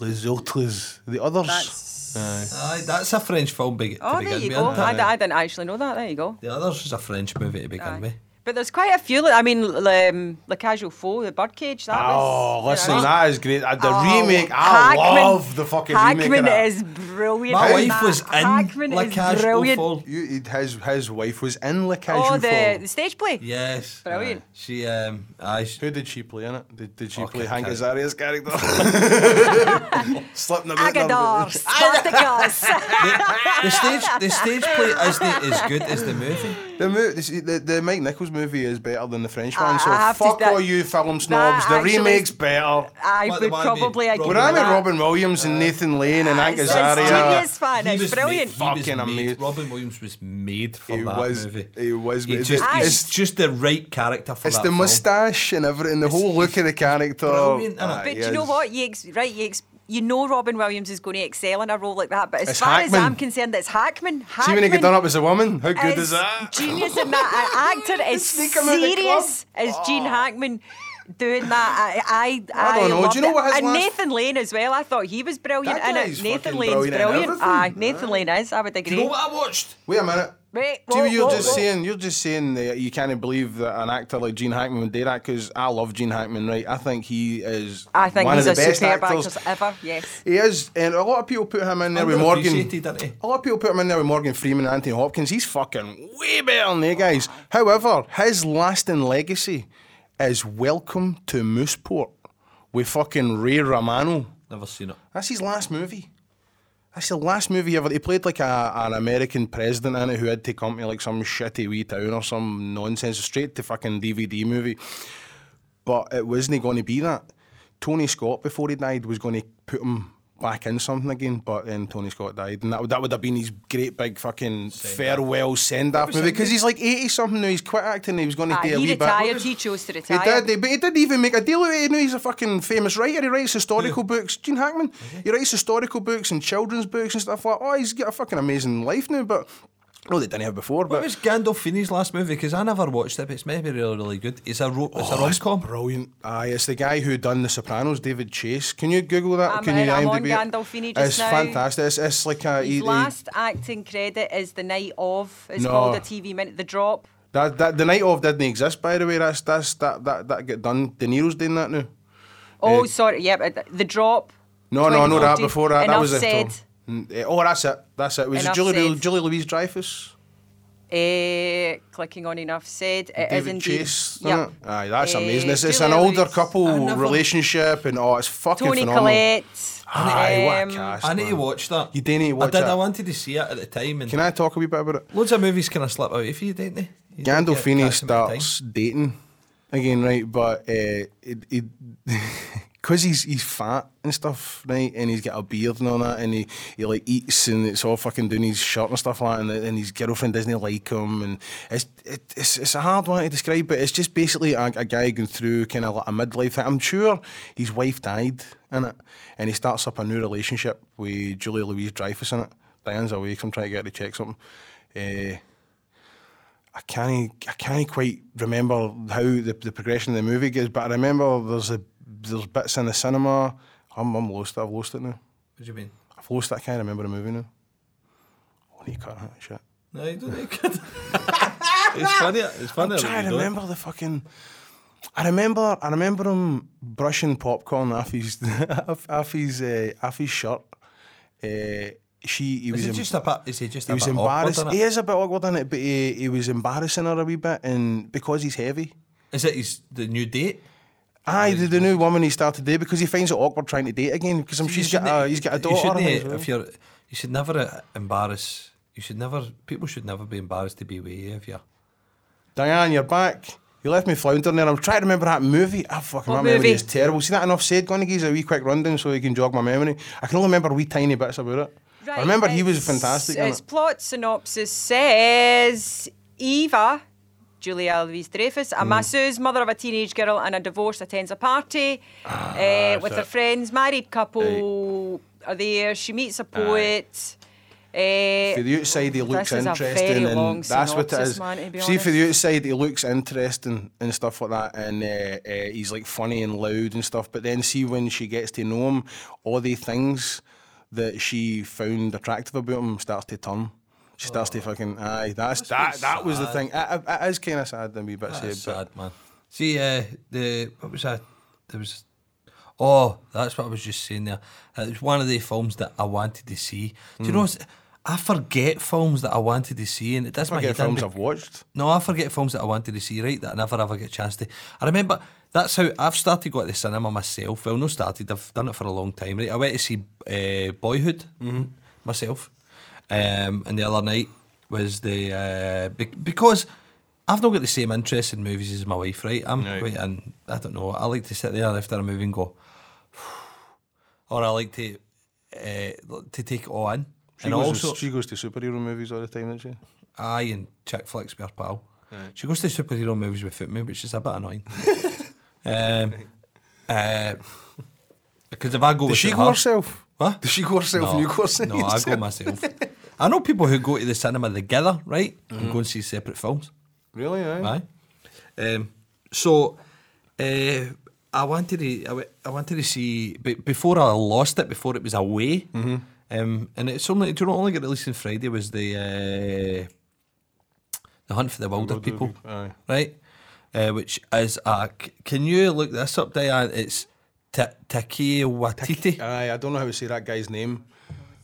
Les autres, the others. That's, Aye, that's a French film. Big, to oh, there begin you with, go. isn't it? I, d- I didn't actually know that. There you go. The others is a French movie to begin Aye. with. But there's quite a few. like- I mean, l- um, Le Casual Foe, The Birdcage, that Oh, was. listen, you know, that is great. Uh, the Oh, remake, I Hackman- love the fucking remake. of Hackman that. is brilliant. My in wife that. was in Hackman La is Cage aux brilliant. Folles. You, it- his his wife was in La Cage Oh, aux the, Folles. the stage play. Yes. Brilliant. She um I she, Who did she play in it? Did, did she Oh, play Kit Hank Kat. Azaria's character? Slipping a bit there, Agador, but- Spartacus. the stage the stage play isn't as good as the movie. The, mo- the, the, the Mike Nichols movie is better than the French I- one, so Ah, I have to- fuck that- all you film snobs. The actually- remake's better. I What, the would one with probably agree. Robin- When with I'm at that. Robin Williams and Nathan Lane and Hank It's Azaria, genius fun. He It's was brilliant. made- he was uh, Fucking made- amazing. Robin Williams was made for He that was- movie. he was He made- just, Aye. he's just the right character for it's that the film. moustache and everything, the whole look of the character. Ah, brilliant, isn't it? Aye, But he you know is. what? You ex- right, you, ex- you know Robin Williams is going to excel in a role like that. But as It's far Hackman. as I'm concerned, it's Hackman. Hackman See when he got done up as a woman, how good is is that? Genius in that an actor as Sneak him out the Oh. serious as Gene Hackman. Doing that, I, I, I don't know. Do loved you know it. what his and last- Nathan Lane as well. I thought he was brilliant That in guy it. is Nathan fucking Lane's brilliant in everything. Aye, Nathan Lane is. I would agree. You know what I watched? Wait a minute. Wait, See, whoa, you're whoa, just whoa. saying you're just saying that you can't believe that an actor like Gene Hackman would do that because I love Gene Hackman, right? I think he is. I think one he's of the a best superb actors. actor ever. Yes. He is, and a lot of people put him in there with Underappreciated, Morgan. isn't he? A lot of people put him in there with Morgan Freeman and Anthony Hopkins. He's fucking way better than they guys. However, his lasting legacy is Welcome to Mooseport with fucking Ray Romano. Never seen it. That's his last movie. That's the last movie ever. He played like a, an American president in it who had to come to like some shitty wee town or some nonsense, straight to fucking DVD movie. But it wasn't going to be that. Tony Scott, before he died, was going to put him back in something again. But then Tony Scott died, and that would that would have been his great big fucking farewell send off movie because he's like eighty something now. He's quit acting. He was going to Ah, do a he wee bit. retired. He chose to He retire. did, he- but he didn't even make a deal with it. You know, he's a fucking famous writer. He writes historical books. Gene Hackman. Mm-hmm. He writes historical books and children's books and stuff like. Oh, he's got a fucking amazing life now. But no, they didn't have before. What But was Gandolfini's last movie? Because I never watched it, but it's maybe really, really good. It's a, ro- Oh, it's a rom com. Brilliant. Aye, it's the guy who done The Sopranos, David Chase. Can you Google that? I'm Can in, you I'm on IMDb it? Gandolfini just It's now. fantastic. It's, it's like a he- His he- last acting credit is The Night of. It's No. called a TV minute. The Drop. that, that the night of didn't exist by the way. That's that's that that that get done. De Niro's doing that now. Oh, Eh, sorry. Yeah, but The Drop. No, no, no, that 2014. before that. that Enough was said. it. Tom. Mm, eh, Oh, that's it. That's it. Was it Enough Julie, said. Julie Louise Dreyfus? Eh, clicking on enough said. It is David indeed. Chase? Yep. isn't it? Aye, that's Eh, amazing. It's, it's Julia an older Louis- couple I never- relationship, and oh, it's fucking Tony phenomenal. Collette. Aye, what a um, cast, I need to man. watch that. You do need to watch I did. it. I wanted to see it at the time. And Can I talk a wee bit about it? Loads of movies kind of slip away for you, didn't they? You don't get Gandolfini catch them at the time. starts dating again, right? But uh, it, it cause he's he's fat and stuff, right? And he's got a beard and all that, and he, he like eats and it's all fucking doing his shirt and stuff like that. And, and his girlfriend doesn't like him, and it's it, it's it's a hard one to describe, but it's just basically a, a guy going through kind of like a midlife thing. I'm sure his wife died in it, and he starts up a new relationship with Julia Louise Dreyfus in it. Diane's away, 'cause I'm trying to get her to check something. Uh, I can't I can't quite remember how the, the progression of the movie goes, but I remember there's a there's bits in the cinema. I'm, I'm lost. I've lost it now. What do you mean? I've lost it. I can't remember the movie now. Oh, I need to cut that shit. No, you don't make it. it's funny. It's funny. I'm that trying to you don't. remember the fucking. I remember I remember him brushing popcorn off his off, off his uh, off his shirt. Uh, she he was Is it em- just a bit? Is he just he a was bit awkward, embarrassed. innit? He is a bit awkward in it, but he, he was embarrassing her a wee bit, and because he's heavy. Is it his the new date? Aye, the, the new woman he started dating because he finds it awkward trying to date again because I'm You sure he's got a, shouldn't- he's got a you daughter. shouldn't, and as well. if you're, you should never uh, embarrass. You should never. People should never be embarrassed to be with you if you're. Diane, you're back. You left me floundering there. I'm trying to remember that movie. I fucking What my memory movie? is terrible. See that enough said. Going to give you a wee quick rundown so you can jog my memory. I can only remember wee tiny bits about it. I remember he was it's- fantastic. in Its it. plot synopsis says Eva, Julia Louise Dreyfus, Hmm. a masseuse, mother of a teenage girl and a divorce, attends a party eh, with her Ah, it. friends. Married couple are there. She meets a poet. eh, For the outside, he looks this is a very interesting, and long that's what it synopsis, is. man, to be See, for the honest. outside, he looks interesting and stuff like that, and uh, uh, he's like funny and loud and stuff. But then, see when she gets to know him, all the things that she found attractive about him starts to turn. She starts Oh. to fucking aye. That's that. That was the thing. It, it, it is kind of sad and a wee bit sad, That's but sad, man. See, uh, the what was that? There was. Oh, that's what I was just saying there. It was one of the films that I wanted to see. Do you know? it's- I forget films that I wanted to see, and it does my forget head in films be- I've watched. No, I forget films that I wanted to see, right? That I never ever get a chance to. I remember that's how I've started going to the cinema myself. Well, no, started. I've done it for a long time, right? I went to see uh, Boyhood Mm-hmm. myself, um, and the other night was the uh, be- because I've not got the same interest in movies as my wife, right? I'm Right. quite, and I don't know. I like to sit there after a movie and go, or I like to uh, to take it all in. She and goes, also, to, she goes to superhero movies all the time, doesn't she? I and chick flicks with her pal. She goes to superhero movies without me, which is a bit annoying. um, uh, because if I go Does with she her, go herself? What? Does she go herself no, and you go herself? no, I go myself. I know people who go to the cinema together, right, and go and see separate films. Really? Aye. Aye. Um, so, uh, I wanted to, I, w- I wanted to see, but before I lost it, before it was away, Mm-hmm. um, and it's only, do you know, only got released on Friday was the uh, the Hunt for the Wilder Wilder People, People, aye. right? Uh, which is a, c- can you look this up, Diane? It's T- Taiki Watiti. Aye, I don't know how to say that guy's name.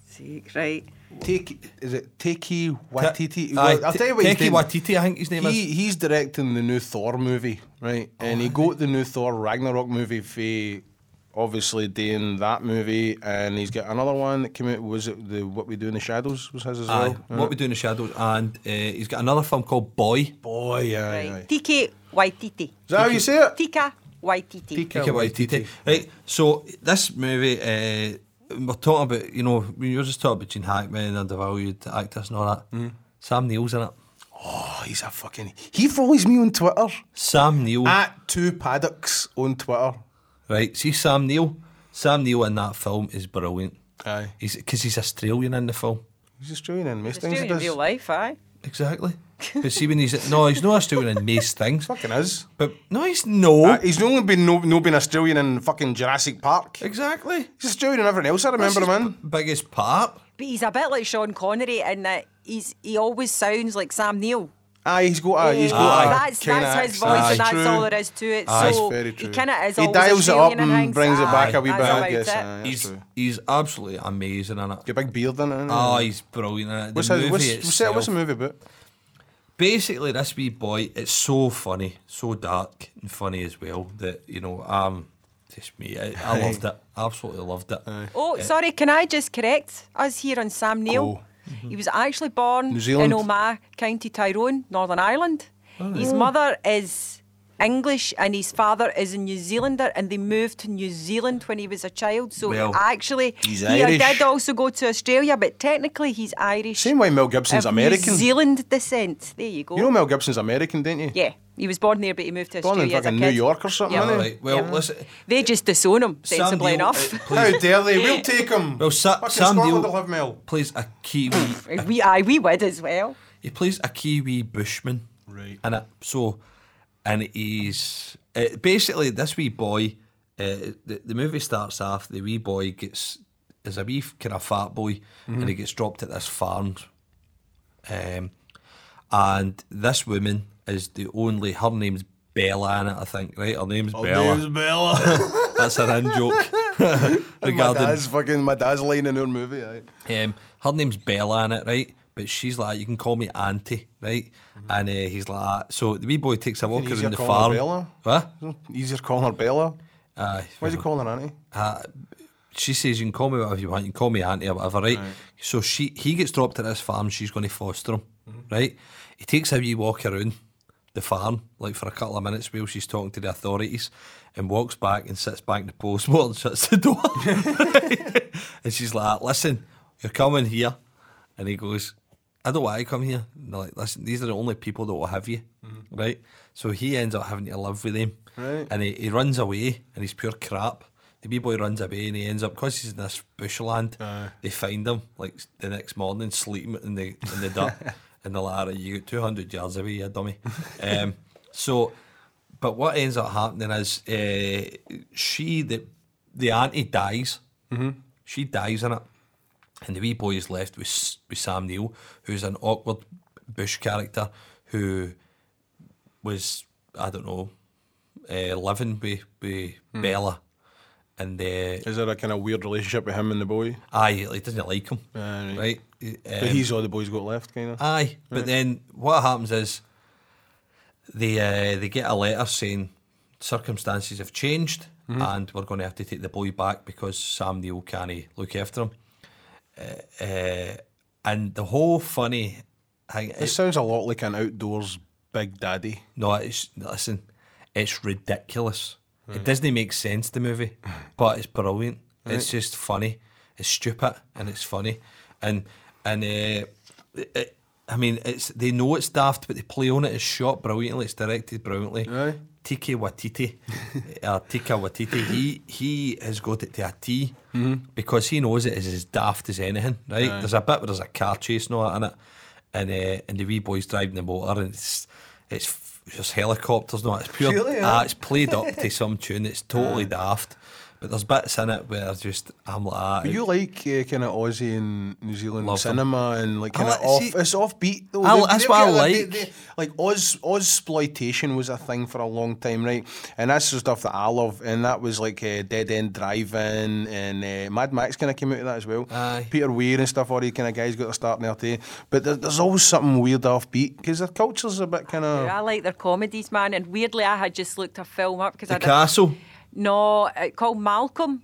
Sake, right. Take is it Takei Watiti? Aye, Well, I'll tell you what his Taiki name- Watiti, I think his name is. He, he's directing the new Thor movie, right? and he got the new Thor Ragnarok movie for obviously doing that movie, and he's got another one that came out. Was it the What We Do in the Shadows? Was his as Aye, well? what we do in the shadows, and uh, he's got another film called Boy. Boy, yeah, right. Tika Waititi. Is that how you say it? Tika Waititi. Tika Taika Waititi. Right. So this movie, uh, we're talking about, you know, when you're just talking about Gene Hackman and undervalued actors and all that. Mm. Sam Neill's in it. Oh, he's a fucking. He follows me on Twitter Sam Neill. at two paddocks on Twitter. Right, see Sam Neill. Sam Neill in that film is brilliant. Aye, He's because he's Australian in the film. he's Australian in most things. He Australian in does. real life, aye. Exactly. But see when he's no, he's not Australian in most things. Fucking is. But no, he's no. Uh, he's only been no, no been Australian in fucking Jurassic Park. exactly. He's Australian in everything else. I remember That's him his in. Ah, b- biggest part. But he's a bit like Sean Connery in that he's he always sounds like Sam Neill. Aye, he's got a he's got a that's Ah, kinda that's his voice, accent. and that's True. all there is to it. Aye. so It's very he true. kind of is He always dials it up Australian and and thinks, brings it back aye, a wee that's bit, I about guess, it. aye. That's He's true. he's absolutely amazing in it. Got a big beard in it. Oh, he's brilliant in it. The what's, movie his, what's, what's, that- itself. what's the movie about? basically this wee boy it's so funny so dark and funny as well that you know um just me I, I loved it absolutely loved it Oh, sorry, can I just correct us here on Sam Neill? Go. He was actually born Oh. New Zealand. Oh. in Omagh, County Tyrone, Northern Ireland. His mother is English and his father is a New Zealander, and they moved to New Zealand when he was a child. So Well, actually, he's he Irish. did also go to Australia, but technically he's Irish. Same way Mel Gibson's of American. New Zealand descent. There you go. You know Mel Gibson's American, didn't you? yeah, he was born there, but he moved to Born in Australia as a fucking kid. New York or something, Yeah. isn't he? right well listen They just disown him, Sam sensibly Neill, enough. uh, How plays, dare they? We'll take him. well Sa- Fucking Sam Scotland Neill will have Mel. plays a Kiwi uh, we, aye, we would as well. he plays a Kiwi bushman Right. in it so and he's uh, basically this wee boy uh, the, the movie starts off the wee boy gets is a wee kind of fat boy and he gets dropped at this farm Um, and this woman is the only, her name's Bella in it, I think, right? Her name's Bella. Bella. That's an in joke. my Regarding, dad's fucking my dad's line in her movie. Aye. um, her name's Bella in it, right? But she's like, you can call me Auntie, right? And uh, he's like, "Ah." so the wee boy takes a walk Mm-hmm. easier around the calling her farm. Bella. What? Easier calling her Bella. Aye. Why do you call her Annie? she says you can call me whatever you want, you can call me auntie or whatever, right? So she he gets dropped at this farm, she's going to foster him, Mm-hmm. right? He takes a wee walk around the farm, like for a couple of minutes while she's talking to the authorities, and walks back and sits back in the postboard and shuts the door. and she's like, Listen, you're coming here. And he goes, I don't want to come here. And they're like, Listen, these are the only people that will have you, right? So he ends up having to live with him. Right. And he, he runs away and he's pure crap. The wee boy runs away and he ends up because he's in this bushland. They find him like s- the next morning sleeping in the in the dirt, and they're like, "Alright, "You got two hundred yards away, you dummy." um, so, but what ends up happening is uh, she the the auntie dies. Mm-hmm. She dies in it, and the wee boy is left with S- with Sam Neill, who's an awkward bush character who was I don't know uh, living with, with Hmm. Bella, and uh, Is there a kind of weird relationship with him and the boy? aye, he doesn't like him, Aye, right. right? But Um, Uh, he's all the boys got left, kind of. aye, but then what happens is they uh, they get a letter saying circumstances have changed and we're going to have to take the boy back because Sam Neill can't look after him. Uh, uh, and the whole funny thing, this sounds a lot like an outdoors big daddy. No, it's listen, it's ridiculous. It doesn't make sense the movie, but it's brilliant. It's just funny. It's stupid and it's funny, and and uh, it, it- I mean it's they know it's daft, but they play on it. It's shot brilliantly. It's directed brilliantly. Aye. Tiki Watiti, uh, Tika Watiti, he he has got it to a T because he knows it is as daft as anything, right? There's a bit where there's a car chase and all that in it, and uh, and the wee boy's driving the motor, and it's it's f- just helicopters, no, it's pure, Really, ah, it's played up to some tune, it's totally daft, but there's bits in it where just I'm like, ah, But you like uh, kind of Aussie and New Zealand Love them. cinema and like kind of like- off. see- it's offbeat though. I li- They- that's they've what I got- they- like. they- like Oz, Oz exploitation was a thing for a long time, right? And that's the stuff that I love. And that was like uh, Dead End Driving and uh, Mad Max kind of came out of that as well. Aye. Peter Weir and stuff. All these kind of guys got their start in their day. But there, there's always something weird offbeat because their culture's a bit kind of. Oh. I like their comedies, man. And weirdly, I had just looked a film up because I the didn't- castle. no, it's called Malcolm.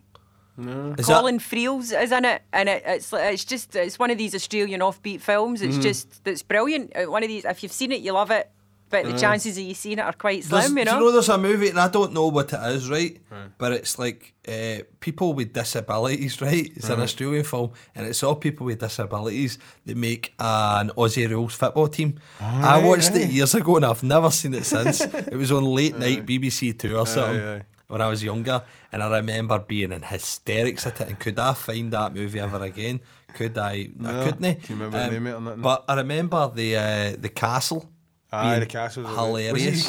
Is that- Colin Friels is in it, and it, it's like- it's just Mm. it's one of these Australian offbeat films. It's just that's brilliant. Uh, One of these, if you've seen it, you love it. but the chances of you seeing it are quite There's- slim, you Mm. Do know. you know there's a movie, and I don't know what it is, right? But it's like uh, people with disabilities, right? It's an Australian film, and it's all people with disabilities that make an Aussie rules football team. I watched it years ago, and I've never seen it since. it was on late night BBC Two or something. aye. When I was younger, and I remember being in hysterics at it, and could I find that movmovie ever again? Could I? I couldn't. eh? Um, do you remember the name of it or nothing? But I remember the uh, the castle. Aye, being the castles. are good. Hilarious.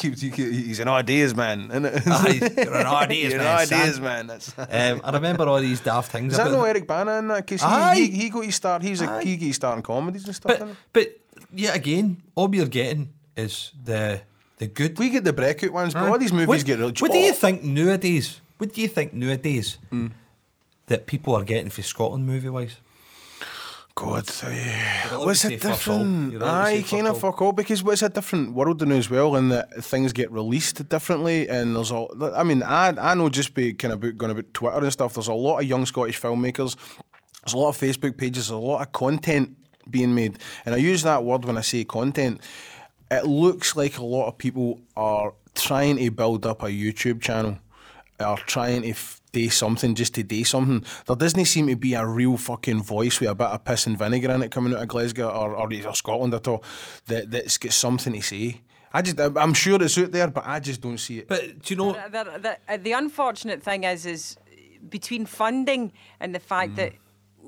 He keeps- he keeps- he's an ideas man. innit? Aye, you're an ideas You're man, an ideas son. man. That's. Um, I remember all these daft things. Is that about no Eric Bana in that? Because Aye. he, he, he got his start. He's a he got his start in comedies and stuff. but, didn't he? but yet again, all you're getting is the the good. we get the breakout ones, but Aye. all these movies what, get. real- What do you Oh. think nowadays? What do you think nowadays Hmm. that people are getting for Scotland movie wise? God, You'd yeah. always What's say a fuck all. You'd different? always say Aye, kind fuck of fuck all because what's a different world in as well, and that things get released differently. And there's all. I mean, I I know just be kind of about, going about Twitter and stuff. There's a lot of young Scottish filmmakers. There's a lot of Facebook pages. There's a lot of content being made, and I use that word when I say content. It looks like a lot of people are trying to build up a YouTube channel are trying to f- do something just to do something. There doesn't seem to be a real fucking voice with a bit of piss and vinegar in it coming out of Glasgow or, or, or Scotland at all that, that's got something to say. I just, I'm I'm sure it's out there, but I just don't see it. But do you know? eh, the, the, uh, the unfortunate thing is, is between funding and the fact Mm. that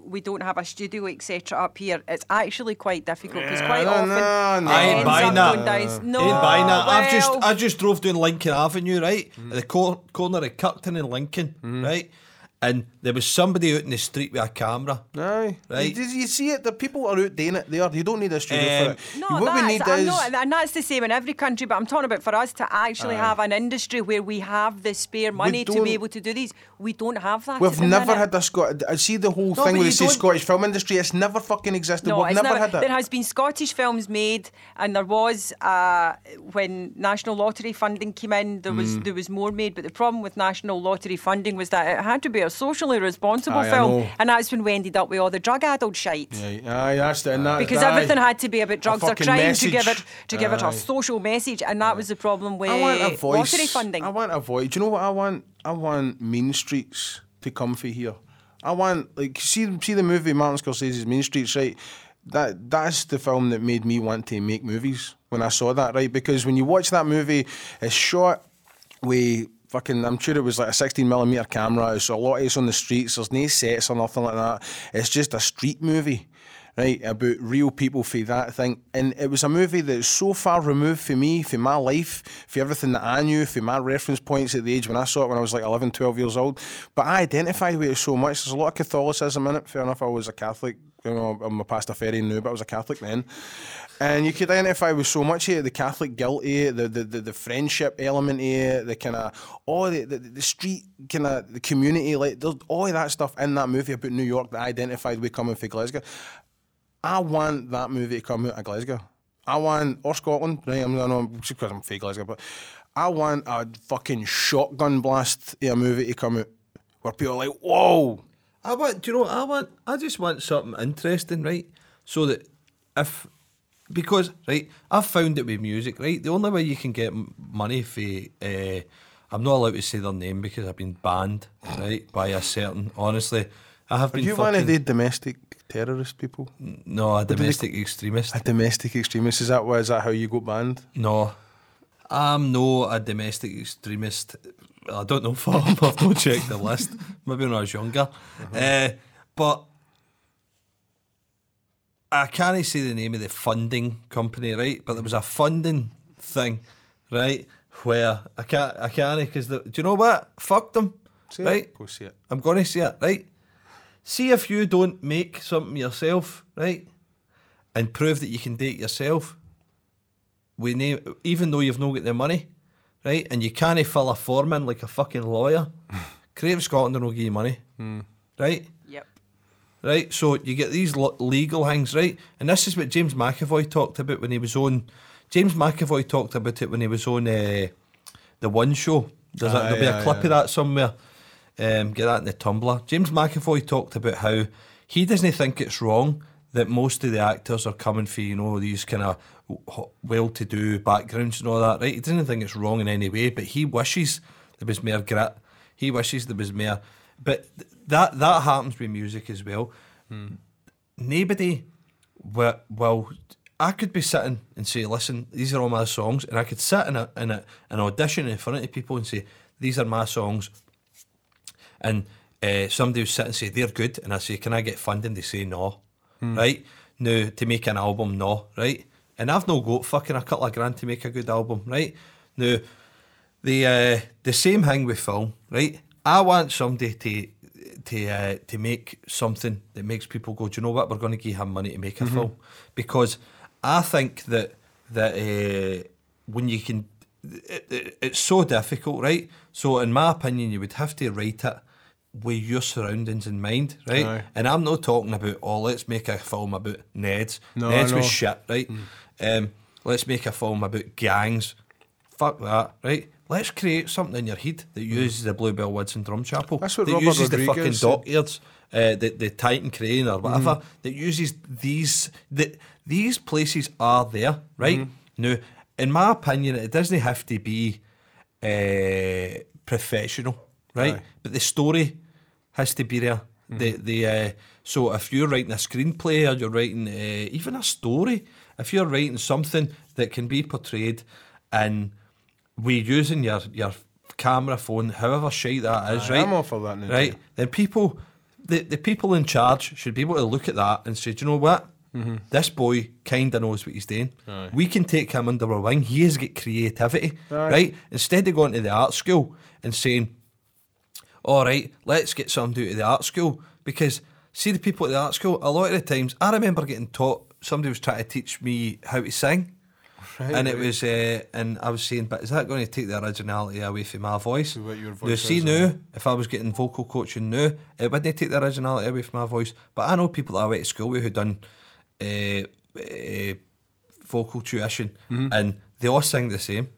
we don't have a studio, etc., up here, it's actually quite difficult because quite no, often no, no. it I ain't ends buying up that. going down. No, Ain't buying that. I've just well, I just drove down Lincoln Avenue, right? Hmm. At the cor- corner of Kirkton and Lincoln, right? And there was somebody out in the street with a camera. Aye. Right. You, you see it, the people are out doing it there. You don't need a studio Um, for it. No, what we that's, need I'm is. not, and that's the same in every country, but I'm talking about for us to actually have an industry where we have the spare money to don't- be able to do these. We don't have that. at We've the never minute. had a Scot. I see the whole No, but thing with you the say don't- Scottish film industry. It's never fucking existed. No, We've it's never had that. There has been Scottish films made, and there was uh, when national lottery funding came in. There Mm. was there was more made, but the problem with national lottery funding was that it had to be a socially responsible Aye, I film, know. and that's when we ended up with all the drug-addled shite. Aye, aye, that's it. and that- Because aye. everything had to be about drugs. They're fucking trying message. to give it to give it a Aye. social message, and that was the problem with I want a voice. lottery funding. I want a voice. Do you know what I want? I want Mean Streets to come for here. I want like see see the movie Martin Scorsese's Mean Streets, right? That that's the film that made me want to make movies when I saw that, right? Because when you watch that movie, it's shot with fucking I'm sure it was like a 16 millimeter camera. It's a lot of it's on the streets. There's no sets or nothing like that. It's just a street movie right, about real people for that thing. And it was a movie that's so far removed for me, for my life, for everything that I knew, for my reference points at the age when I saw it when I was like 11, 12 years old. But I identified with it so much. There's a lot of Catholicism in it. Fair enough, I was a Catholic. You know, I'm a pastor ferry now, but I was a Catholic then. And you could identify with so much here the Catholic guilt here, the, the, the, the friendship element here, the kind of, all the, the, the street kind of, the community, like, there's all of that stuff in that movie about New York that I identified with coming for Glasgow. I want that movie to come out of Glasgow. I want or Scotland, right? I'm, I know because I'm fake Glasgow, but I want a fucking shotgun blast of a movie to come out where people are like, "Whoa!" I want, do you know, what I want, I just want something interesting, right? So that if, because, right, I've found it with music, right? The only way you can get m- money for, uh, I'm not allowed to say their name because I've been banned, right, by a certain, honestly, I have Are been you one fucking, of the domestic terrorist people? no, a domestic extremist. A domestic extremist? Is that why? Is that how you got banned? No, I'm no a domestic extremist. I don't know for I've not checked the list. Maybe when I was younger, uh, but I can't say the name of the funding company, right? But there was a funding thing, right? Where I can't, I can't because do you know what? Fuck them, right? Go see it. I'm going to see it, right? See if you don't make something yourself, right? And prove that you can do it yourself. We name, even though you've no got the money, right? And you can't fill a form in like a fucking lawyer. Creative Scotland will give you money, right? Yep. right? So you get these lo- legal things, right? And this is what James McAvoy talked about when he was on. James McAvoy talked about it when he was on uh, the One Show. There's a, Aye, there'll be a aye, clip aye. of that somewhere. Um, get that in the Tumblr. James McAvoy talked about how he doesn't think it's wrong that most of the actors are coming for, you know, these kind of well to do backgrounds and all that, right? He doesn't think it's wrong in any way, but he wishes there was more grit. He wishes there was more. But th- that that happens with music as well. Nobody will, will. I could be sitting and say, listen, these are all my songs, and I could sit in, a, in a, an audition in front of people and say, these are my songs, and uh, somebody would sit and say they're good, and I say, "Can I get funding?" They say no, right? No, to make an album, no, right? And I've no got fucking a couple of grand to make a good album, right? Now, the uh, the same thing with film, right? I want somebody to to uh, to make something that makes people go, "Do you know what? We're going to give him money to make a film," because I think that that uh, when you can it, it, it's so difficult, right? So, in my opinion, you would have to write it with your surroundings in mind, right? Aye. And I'm not talking about, oh, let's make a film about Ned's. No, Ned's I was know. Hmm. shit, right? Um, let's make a film about gangs. Fuck that, right? Let's create something in your head that uses the Bluebell Woods and Drum Chapel. That's what that Robert uses the fucking Rodriguez said. dockyards, uh, the, the Titan Crane or whatever, Mm-hmm. that uses these that these places are there, right? Mm-hmm. Now, in my opinion, it doesn't have to be uh, professional, right? Aye. Mm-hmm. But the story has to be there. The the uh, so if you're writing a screenplay or you're writing uh, even a story, if you're writing something that can be portrayed in we using your your camera phone, however shite that is, Aye, right? I'm all for that now, Right, too. then people, the, the people in charge should be able to look at that and say, do you know what? Mm-hmm. This boy kind of knows what he's doing. We can take him under our wing. He has got creativity, right? Instead of going to the art school and saying, all right, let's get somebody out of the art school because see the people at the art school. A lot of the times, I remember getting taught. Somebody was trying to teach me how to sing, and it was, uh, and I was saying, but is that going to take the originality away from my voice? So what your now, voice see is, now, if I was getting vocal coaching now, it wouldn't take the originality away from my voice. But I know people that I went to school with who done uh, uh, vocal tuition, and they all sing the same,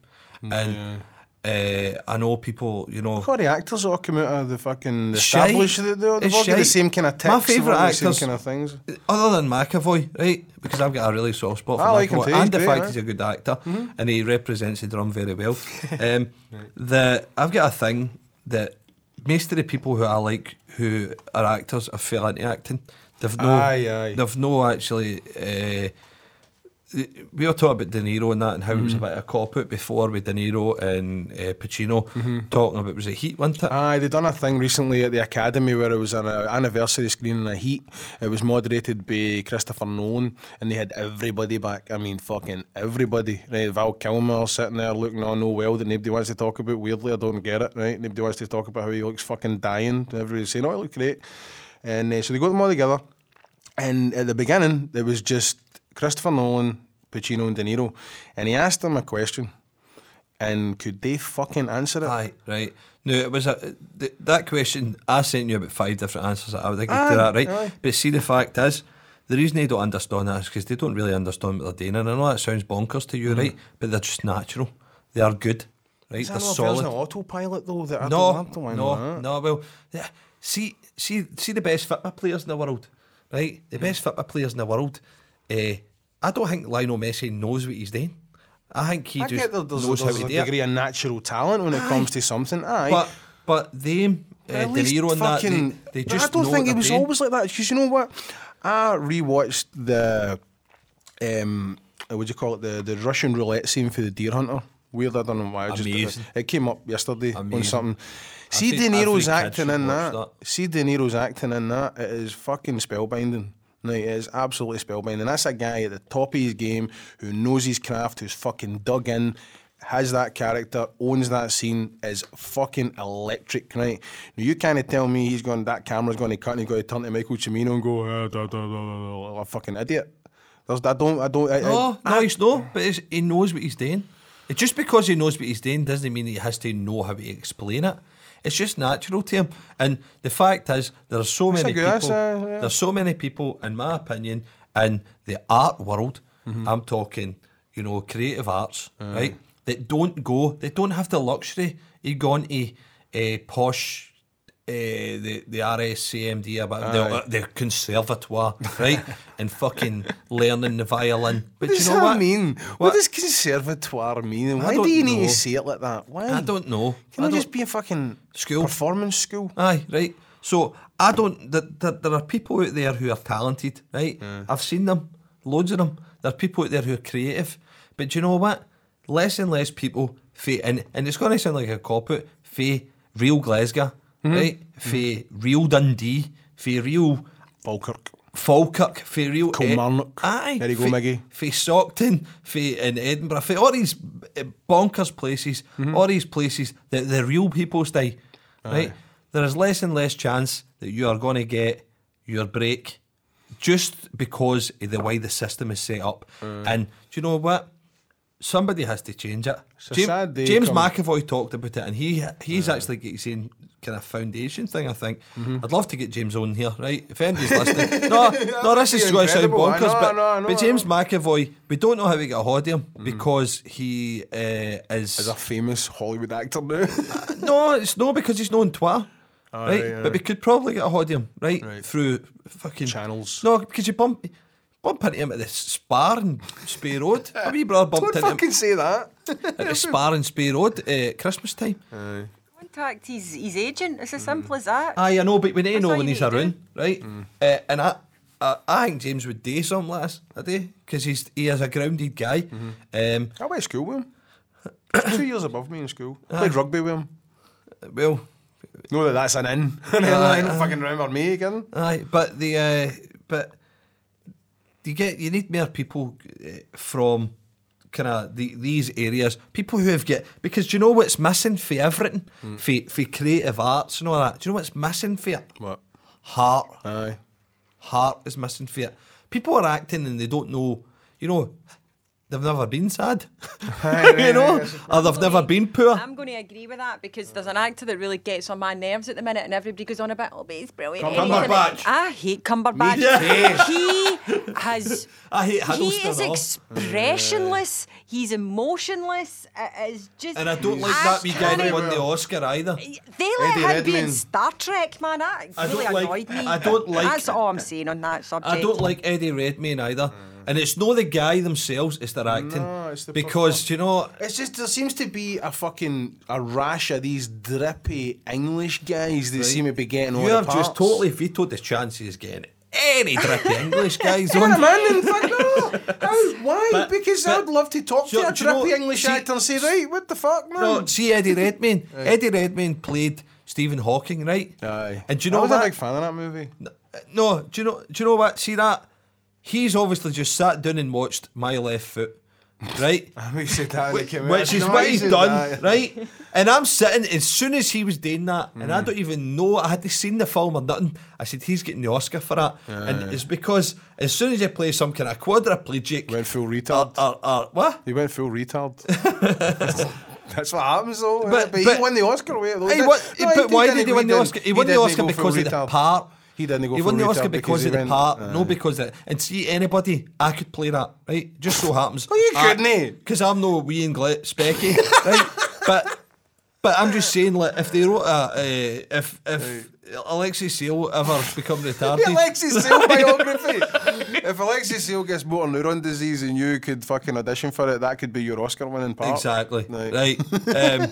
and. Uh, I know people, you know. God, the actors all come out of the fucking Shite. established. They, they've all It's got the shite. same kind of tics. they've all My favourite got the same actors- kind of things. Other than McAvoy, right? Because I've got a really soft spot for I like him McAvoy, too, he's and the great, fact eh? he's a good actor, and he represents the drum very well. Um, The I've got a thing that most of the people who I like who are actors have fell into acting. They've no, Aye, aye. they've no actually. Uh, we were talking about De Niro and that, and how it was Mm-hmm. about a cop out before with De Niro and uh, Pacino Mm-hmm. talking about was it Heat, wasn't it? Aye, they done a thing recently at the Academy where it was an uh, anniversary screening of Heat. It was moderated by Christopher Nolan, and they had everybody back. I mean, fucking everybody. Right, Val Kilmer sitting there looking on no well that nobody wants to talk about. Weirdly, I don't get it. Right, nobody wants to talk about how he looks fucking dying. Everybody's saying, "Oh, he looked great," and uh, so they got them all together. And at the beginning, there was just Christopher Nolan, Pacino, and De Niro, and he asked them a question, and could they fucking answer it? Aye, right. No, it was a th- that question. I sent you about five different answers that I would agree Aye, to that, right? aye. But see, the fact is, the reason they don't understand that is because they don't really understand what they're doing. And I know that sounds bonkers to you, right? But they're just natural. They are good, Mm-hmm. right? Is They're that not There's an solid. autopilot though that I No, don't, I don't mind no, that. no. Well, yeah, see, see, see the best football players in the world, right? Mm. The best football players in the world. Uh, I don't think Lionel Messi knows what he's doing. I think he I just get that there's, knows there's how a to do it. degree of natural talent when it comes to something. Aye. But but they uh, De at least Niro and that they, fucking, they But just I don't know think what it was they're doing. always like that. Because you know what? I rewatched the um uh, what do you call it? The the Russian roulette scene for the Deer Hunter. Weird, I don't know why. I just Amazing. it came up yesterday on Amazing. something. I See think De Niro's every kid acting should in watch that. See De Niro's acting in that. It is fucking spellbinding. No, it is absolutely spellbinding. That's a guy at the top of his game who knows his craft, who's fucking dug in, has that character, owns that scene, is fucking electric, right? Now you kind of tell me he's going, that camera's going to cut and he's going to turn to Michael Cimino and go, "Ah, da, da, da, da, da," like a fucking idiot. There's, I don't, I don't, I, I, No, no, he's no, but it's, he knows what he's doing. It, just because he knows what he's doing doesn't mean he has to know how to explain it. It's just natural to him. And the fact is, there are so That's a many good people. answer, yeah. There's so many people, in my opinion, in the art world. Mm-hmm. I'm talking, you know, creative arts, right? That don't go. They don't have the luxury of going to uh, posh uh, eh, the the RSCMD about the, the conservatoire, right? and fucking learning the violin. But What you does know that what? mean? What? does conservatoire mean? And I why don't do you need know. to say it like that? Why? I don't know. Can I I don't- just be a fucking School. performance school? Aye, right. So I don't. There, there, there are people out there who are talented, right? I've seen them, loads of them. There are people out there who are creative, but do you know what? Less and less people fae and and it's going to sound like a cop out. Fae real Glasgow, right? Fae real Dundee, fae real Falkirk. Falkirk, fae real Kilmarnock. aye, There you go, fae- Miggy. Fae Stockton, fae in Edinburgh, fae all these eh, bonkers places, all these places that the real people stay. Right, there is less and less chance that you are going to get your break just because of the way the system is set up. And do you know what? Somebody has to change it. a sad day James coming. McAvoy talked about it, and he he's actually got his own kind of foundation thing. I think Mm-hmm. I'd love to get James on here, right? If anybody's listening, no, no, this would is be going to sound incredible. I bonkers, know, I but, know, I know, I but James McAvoy, we don't know how we got a hold of him because he uh, is Is a famous Hollywood actor now. no, it's no because he's known Twitter. right? right, but we could probably get a hold of him, right? Right. Through fucking Channels. No, because you bump bump into him at the spar and Spey Road. A wee brother bumped don't into him fucking say that. at the spar and Spey Road uh, Christmas time. Contact his, his agent. It's as Mm-hmm. simple as that. Aye, I know, but we need to That's know all when you he's need Mm. to around, right? Uh, and I, I, I think James would do something like this, I do, because he's he is a grounded guy. Mm-hmm. Um, I went to school with him. He's Two years above me in school. Played rugby with him. well, No, that that's an in. And I don't fucking remember me again. aye, but the uh, but you get you need more people uh, from kind of the, these areas, people who have get because do you know what's missing for everything, Mm. for for creative arts and all that. Do you know what's missing for it? What? Heart. Aye. heart is missing for it. People are acting and they don't know, you know, they've never been sad, you know, or they've never been poor. I'm going to agree with that because there's an actor that really gets on my nerves at the minute, and everybody goes on about, oh, but he's brilliant. Cumberbatch. Isn't it?" I hate Cumberbatch. Me too. He has. I hate He Hiddleston is and all. expressionless. He's emotionless. It is just. And I don't like that we guy that cannot- won the Oscar either. They Eddie let him be in Redmayne. Star Trek, man. That I don't really like- annoyed me. I don't like- That's all I'm saying on that subject. I don't like Eddie Redmayne either. And it's not the guy themselves, it's their acting. Mm. No, it's the because, perform- you know, It's just there seems to be a fucking a rash of these drippy English guys that seem to be getting all you the have just parts. totally vetoed the chances of getting any drippy English guys Yeah, on. man, in fact, no. How? Why? But- because but- I'd love to talk do you- to a do you know- drippy English see- actor and say, right, what the fuck, man? No, see Eddie Redmayne. Eddie Redmayne played Stephen Hawking, right? Aye. And do you know I was what? a big fan of that movie. No, do you know? Do you know what? See that? He's obviously just sat down and watched my left foot, right? We said that when it came out. Which is No, what he he's said done, that. right? And I'm sitting as soon as he was doing that, and Hmm. I don't even know I hadn't seen the film or nothing. I said he's getting the Oscar for that, and it's because as soon as you play some kind of quadriplegic, Went full or, retard. or, or what? He went full retard. That's what happens though. innit? But- But, but- he won the Oscar. Wait, though, Hey, did- what, no, but why did he didn't, win the didn't. Oscar? He He won the didn't Oscar go full because of the retard. part. He didn't go He full won the retard Oscar because, because of he the went- uh, part, no because of and see anybody, I could play that, right? Just so happens. Well, you couldn't, eh? Because I'm no wee and glit specky, right? But but I'm just saying, like, if they wrote a, uh, if if Alexis Seal ever become The retarded, Alexis Seal biography. if Alexis Seal gets motor neuron disease and you could fucking audition for it, that could be your Oscar winning part. exactly, Oh, Right. right? um,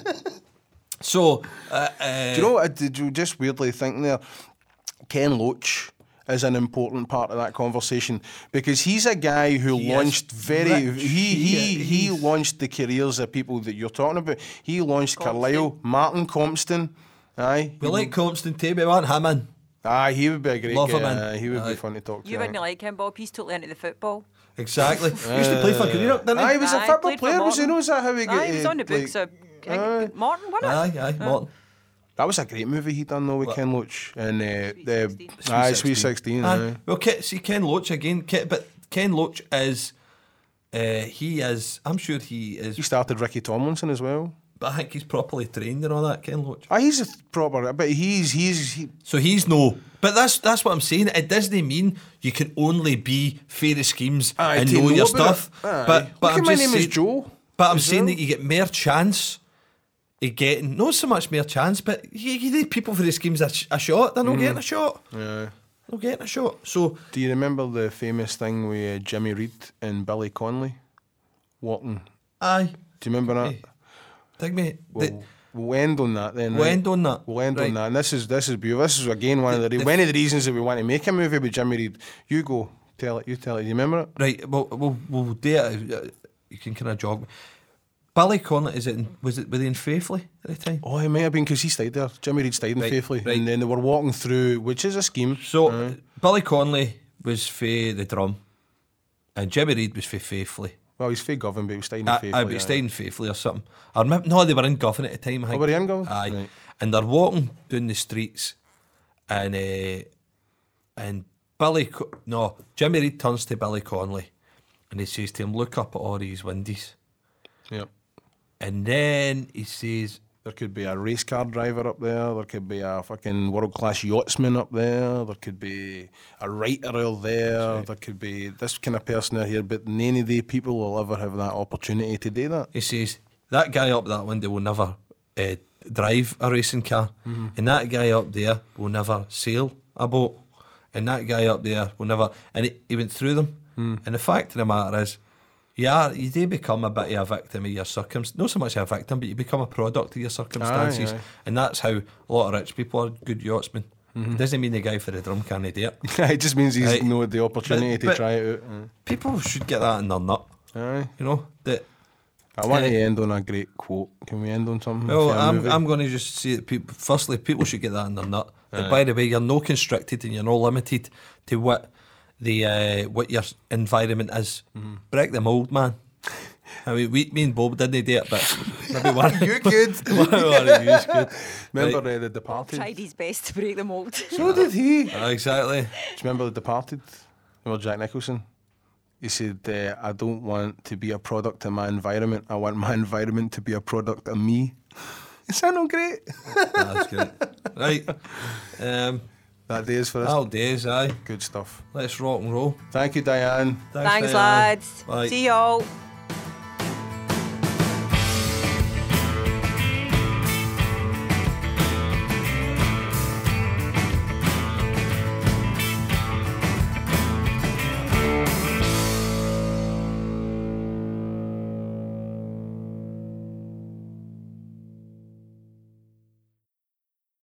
so uh, Do uh, you know what I did you just weirdly think there? Ken Loach is an important part of that conversation because he's a guy who He is launched very rich. he He he he is. launched the careers of people that you're talking about. He launched Carlisle, Martin Compton. Aye, we like Constantine, we want him in. aye, he would be a great Love guy. him, man. Aye, he would Aye. be fun to talk to. You aye. wouldn't like him, Bob. He's totally into the football. Exactly. He used to play for Greenock, didn't he? Aye, he Uh, was a Aye, football played for player. Was he? Morton. Knows that how he got? Aye, he was uh, on the books like- of I think Martin, wasn't it? Aye, aye, Morton. that was a great movie he done though with Ken Loach and uh, the 16. aye, Sweet Sixteen. Aye. Aye. Well, Ke- see Ken Loach again, Ke- but Ken Loach is, uh, he is. I'm sure He he is. started Ricky Tomlinson as well. But I think he's properly trained and all that. Ken Loach. Ah, he's a th- proper, but he's he's he, So he's no. But that's that's what I'm saying. It doesn't mean you can only be fair to schemes Aye, and to know know your about stuff. it. Aye. But but Look I'm at my just name is saying- Joe But I'm as saying well. that you get more chance of getting not so much more chance, but you, you need people for the schemes a, sh- a shot. They're not Mm. getting a shot. Yeah. Not getting a shot. So Do you remember the famous thing with uh, Jimmy Reed and Billy Connolly walking? aye, Do you remember that? Hey, dig me. We'll, The- we'll end on that then. Eh, We'll right? end on that, We'll end right. on that. And this is this is beautiful. This is again one of the, re- one of the reasons that we want to make a movie with Jimmy Reed. You go tell it. You tell it. You remember it? right, well, we'll, we'll do it. uh, You can kind of jog. me. Billy Connolly is it? In, was it? Were they in Faithfully at the time? Oh, it might have been because he stayed there. Jimmy Reed stayed in Right, faithfully, right. and then they were walking through, which is a scheme. So uh, Billy Connolly was for the drum, and Jimmy Reed was for Faithfully. Well, he's fake Govan, but he was staying in I, faithfully. I was staying faithfully or something. I remember, no, they were in Govan at the time. I think. Oh, were they in Govan? Aye, Right. and they're walking down the streets, and uh, and Billy, Co- no, Jimmy Reed turns to Billy Connolly, and he says to him, "Look up at all these windies," Yeah. and then he says, There could be a race car driver up there. There could be a fucking world class yachtsman up there. There could be a writer out there. There could be this kind of person out here. But none of the people will ever have that opportunity to do that. he says, "That guy up that window will never uh, drive a racing car, Mm-hmm. and that guy up there will never sail a boat, and that guy up there will never." And he, he went through them. Hmm. And the fact of the matter is, you are you do become a bit of a victim of your circumstances. Not so much a victim, but you become a product of your circumstances, aye. and that's how a lot of rich people are good yachtsmen. Mm-hmm. It doesn't mean the guy for the drum can't do it. it just means he's Aye. no the opportunity to but- try it out. Mm. People should get that in their nut. Aye. You know that. I want Aye. to end on a great quote. Can we end on something? Well, for a Uh, Oh, I'm, movie? I'm going to just say that people, firstly, people should get that in their nut. That, by the way, you're no constricted and you're no limited to what the uh, what your environment is. Mm-hmm. Break the mold, man. I mean, we, me and Bob didn't do it, but maybe one you could. one of you could. Remember uh, The Departed? Tried his best to break the mold. So did he. Do you Aye, exactly. remember The Departed? Remember Jack Nicholson? He said, uh, I don't want to be a product of my environment. I want my environment to be a product of me. Is that not great? That's good. Right. Um, That day is for us. all days, aye. Good stuff. Let's rock and roll. Thank you, Diane. Thanks, Diane. lads. Bye. See y'all.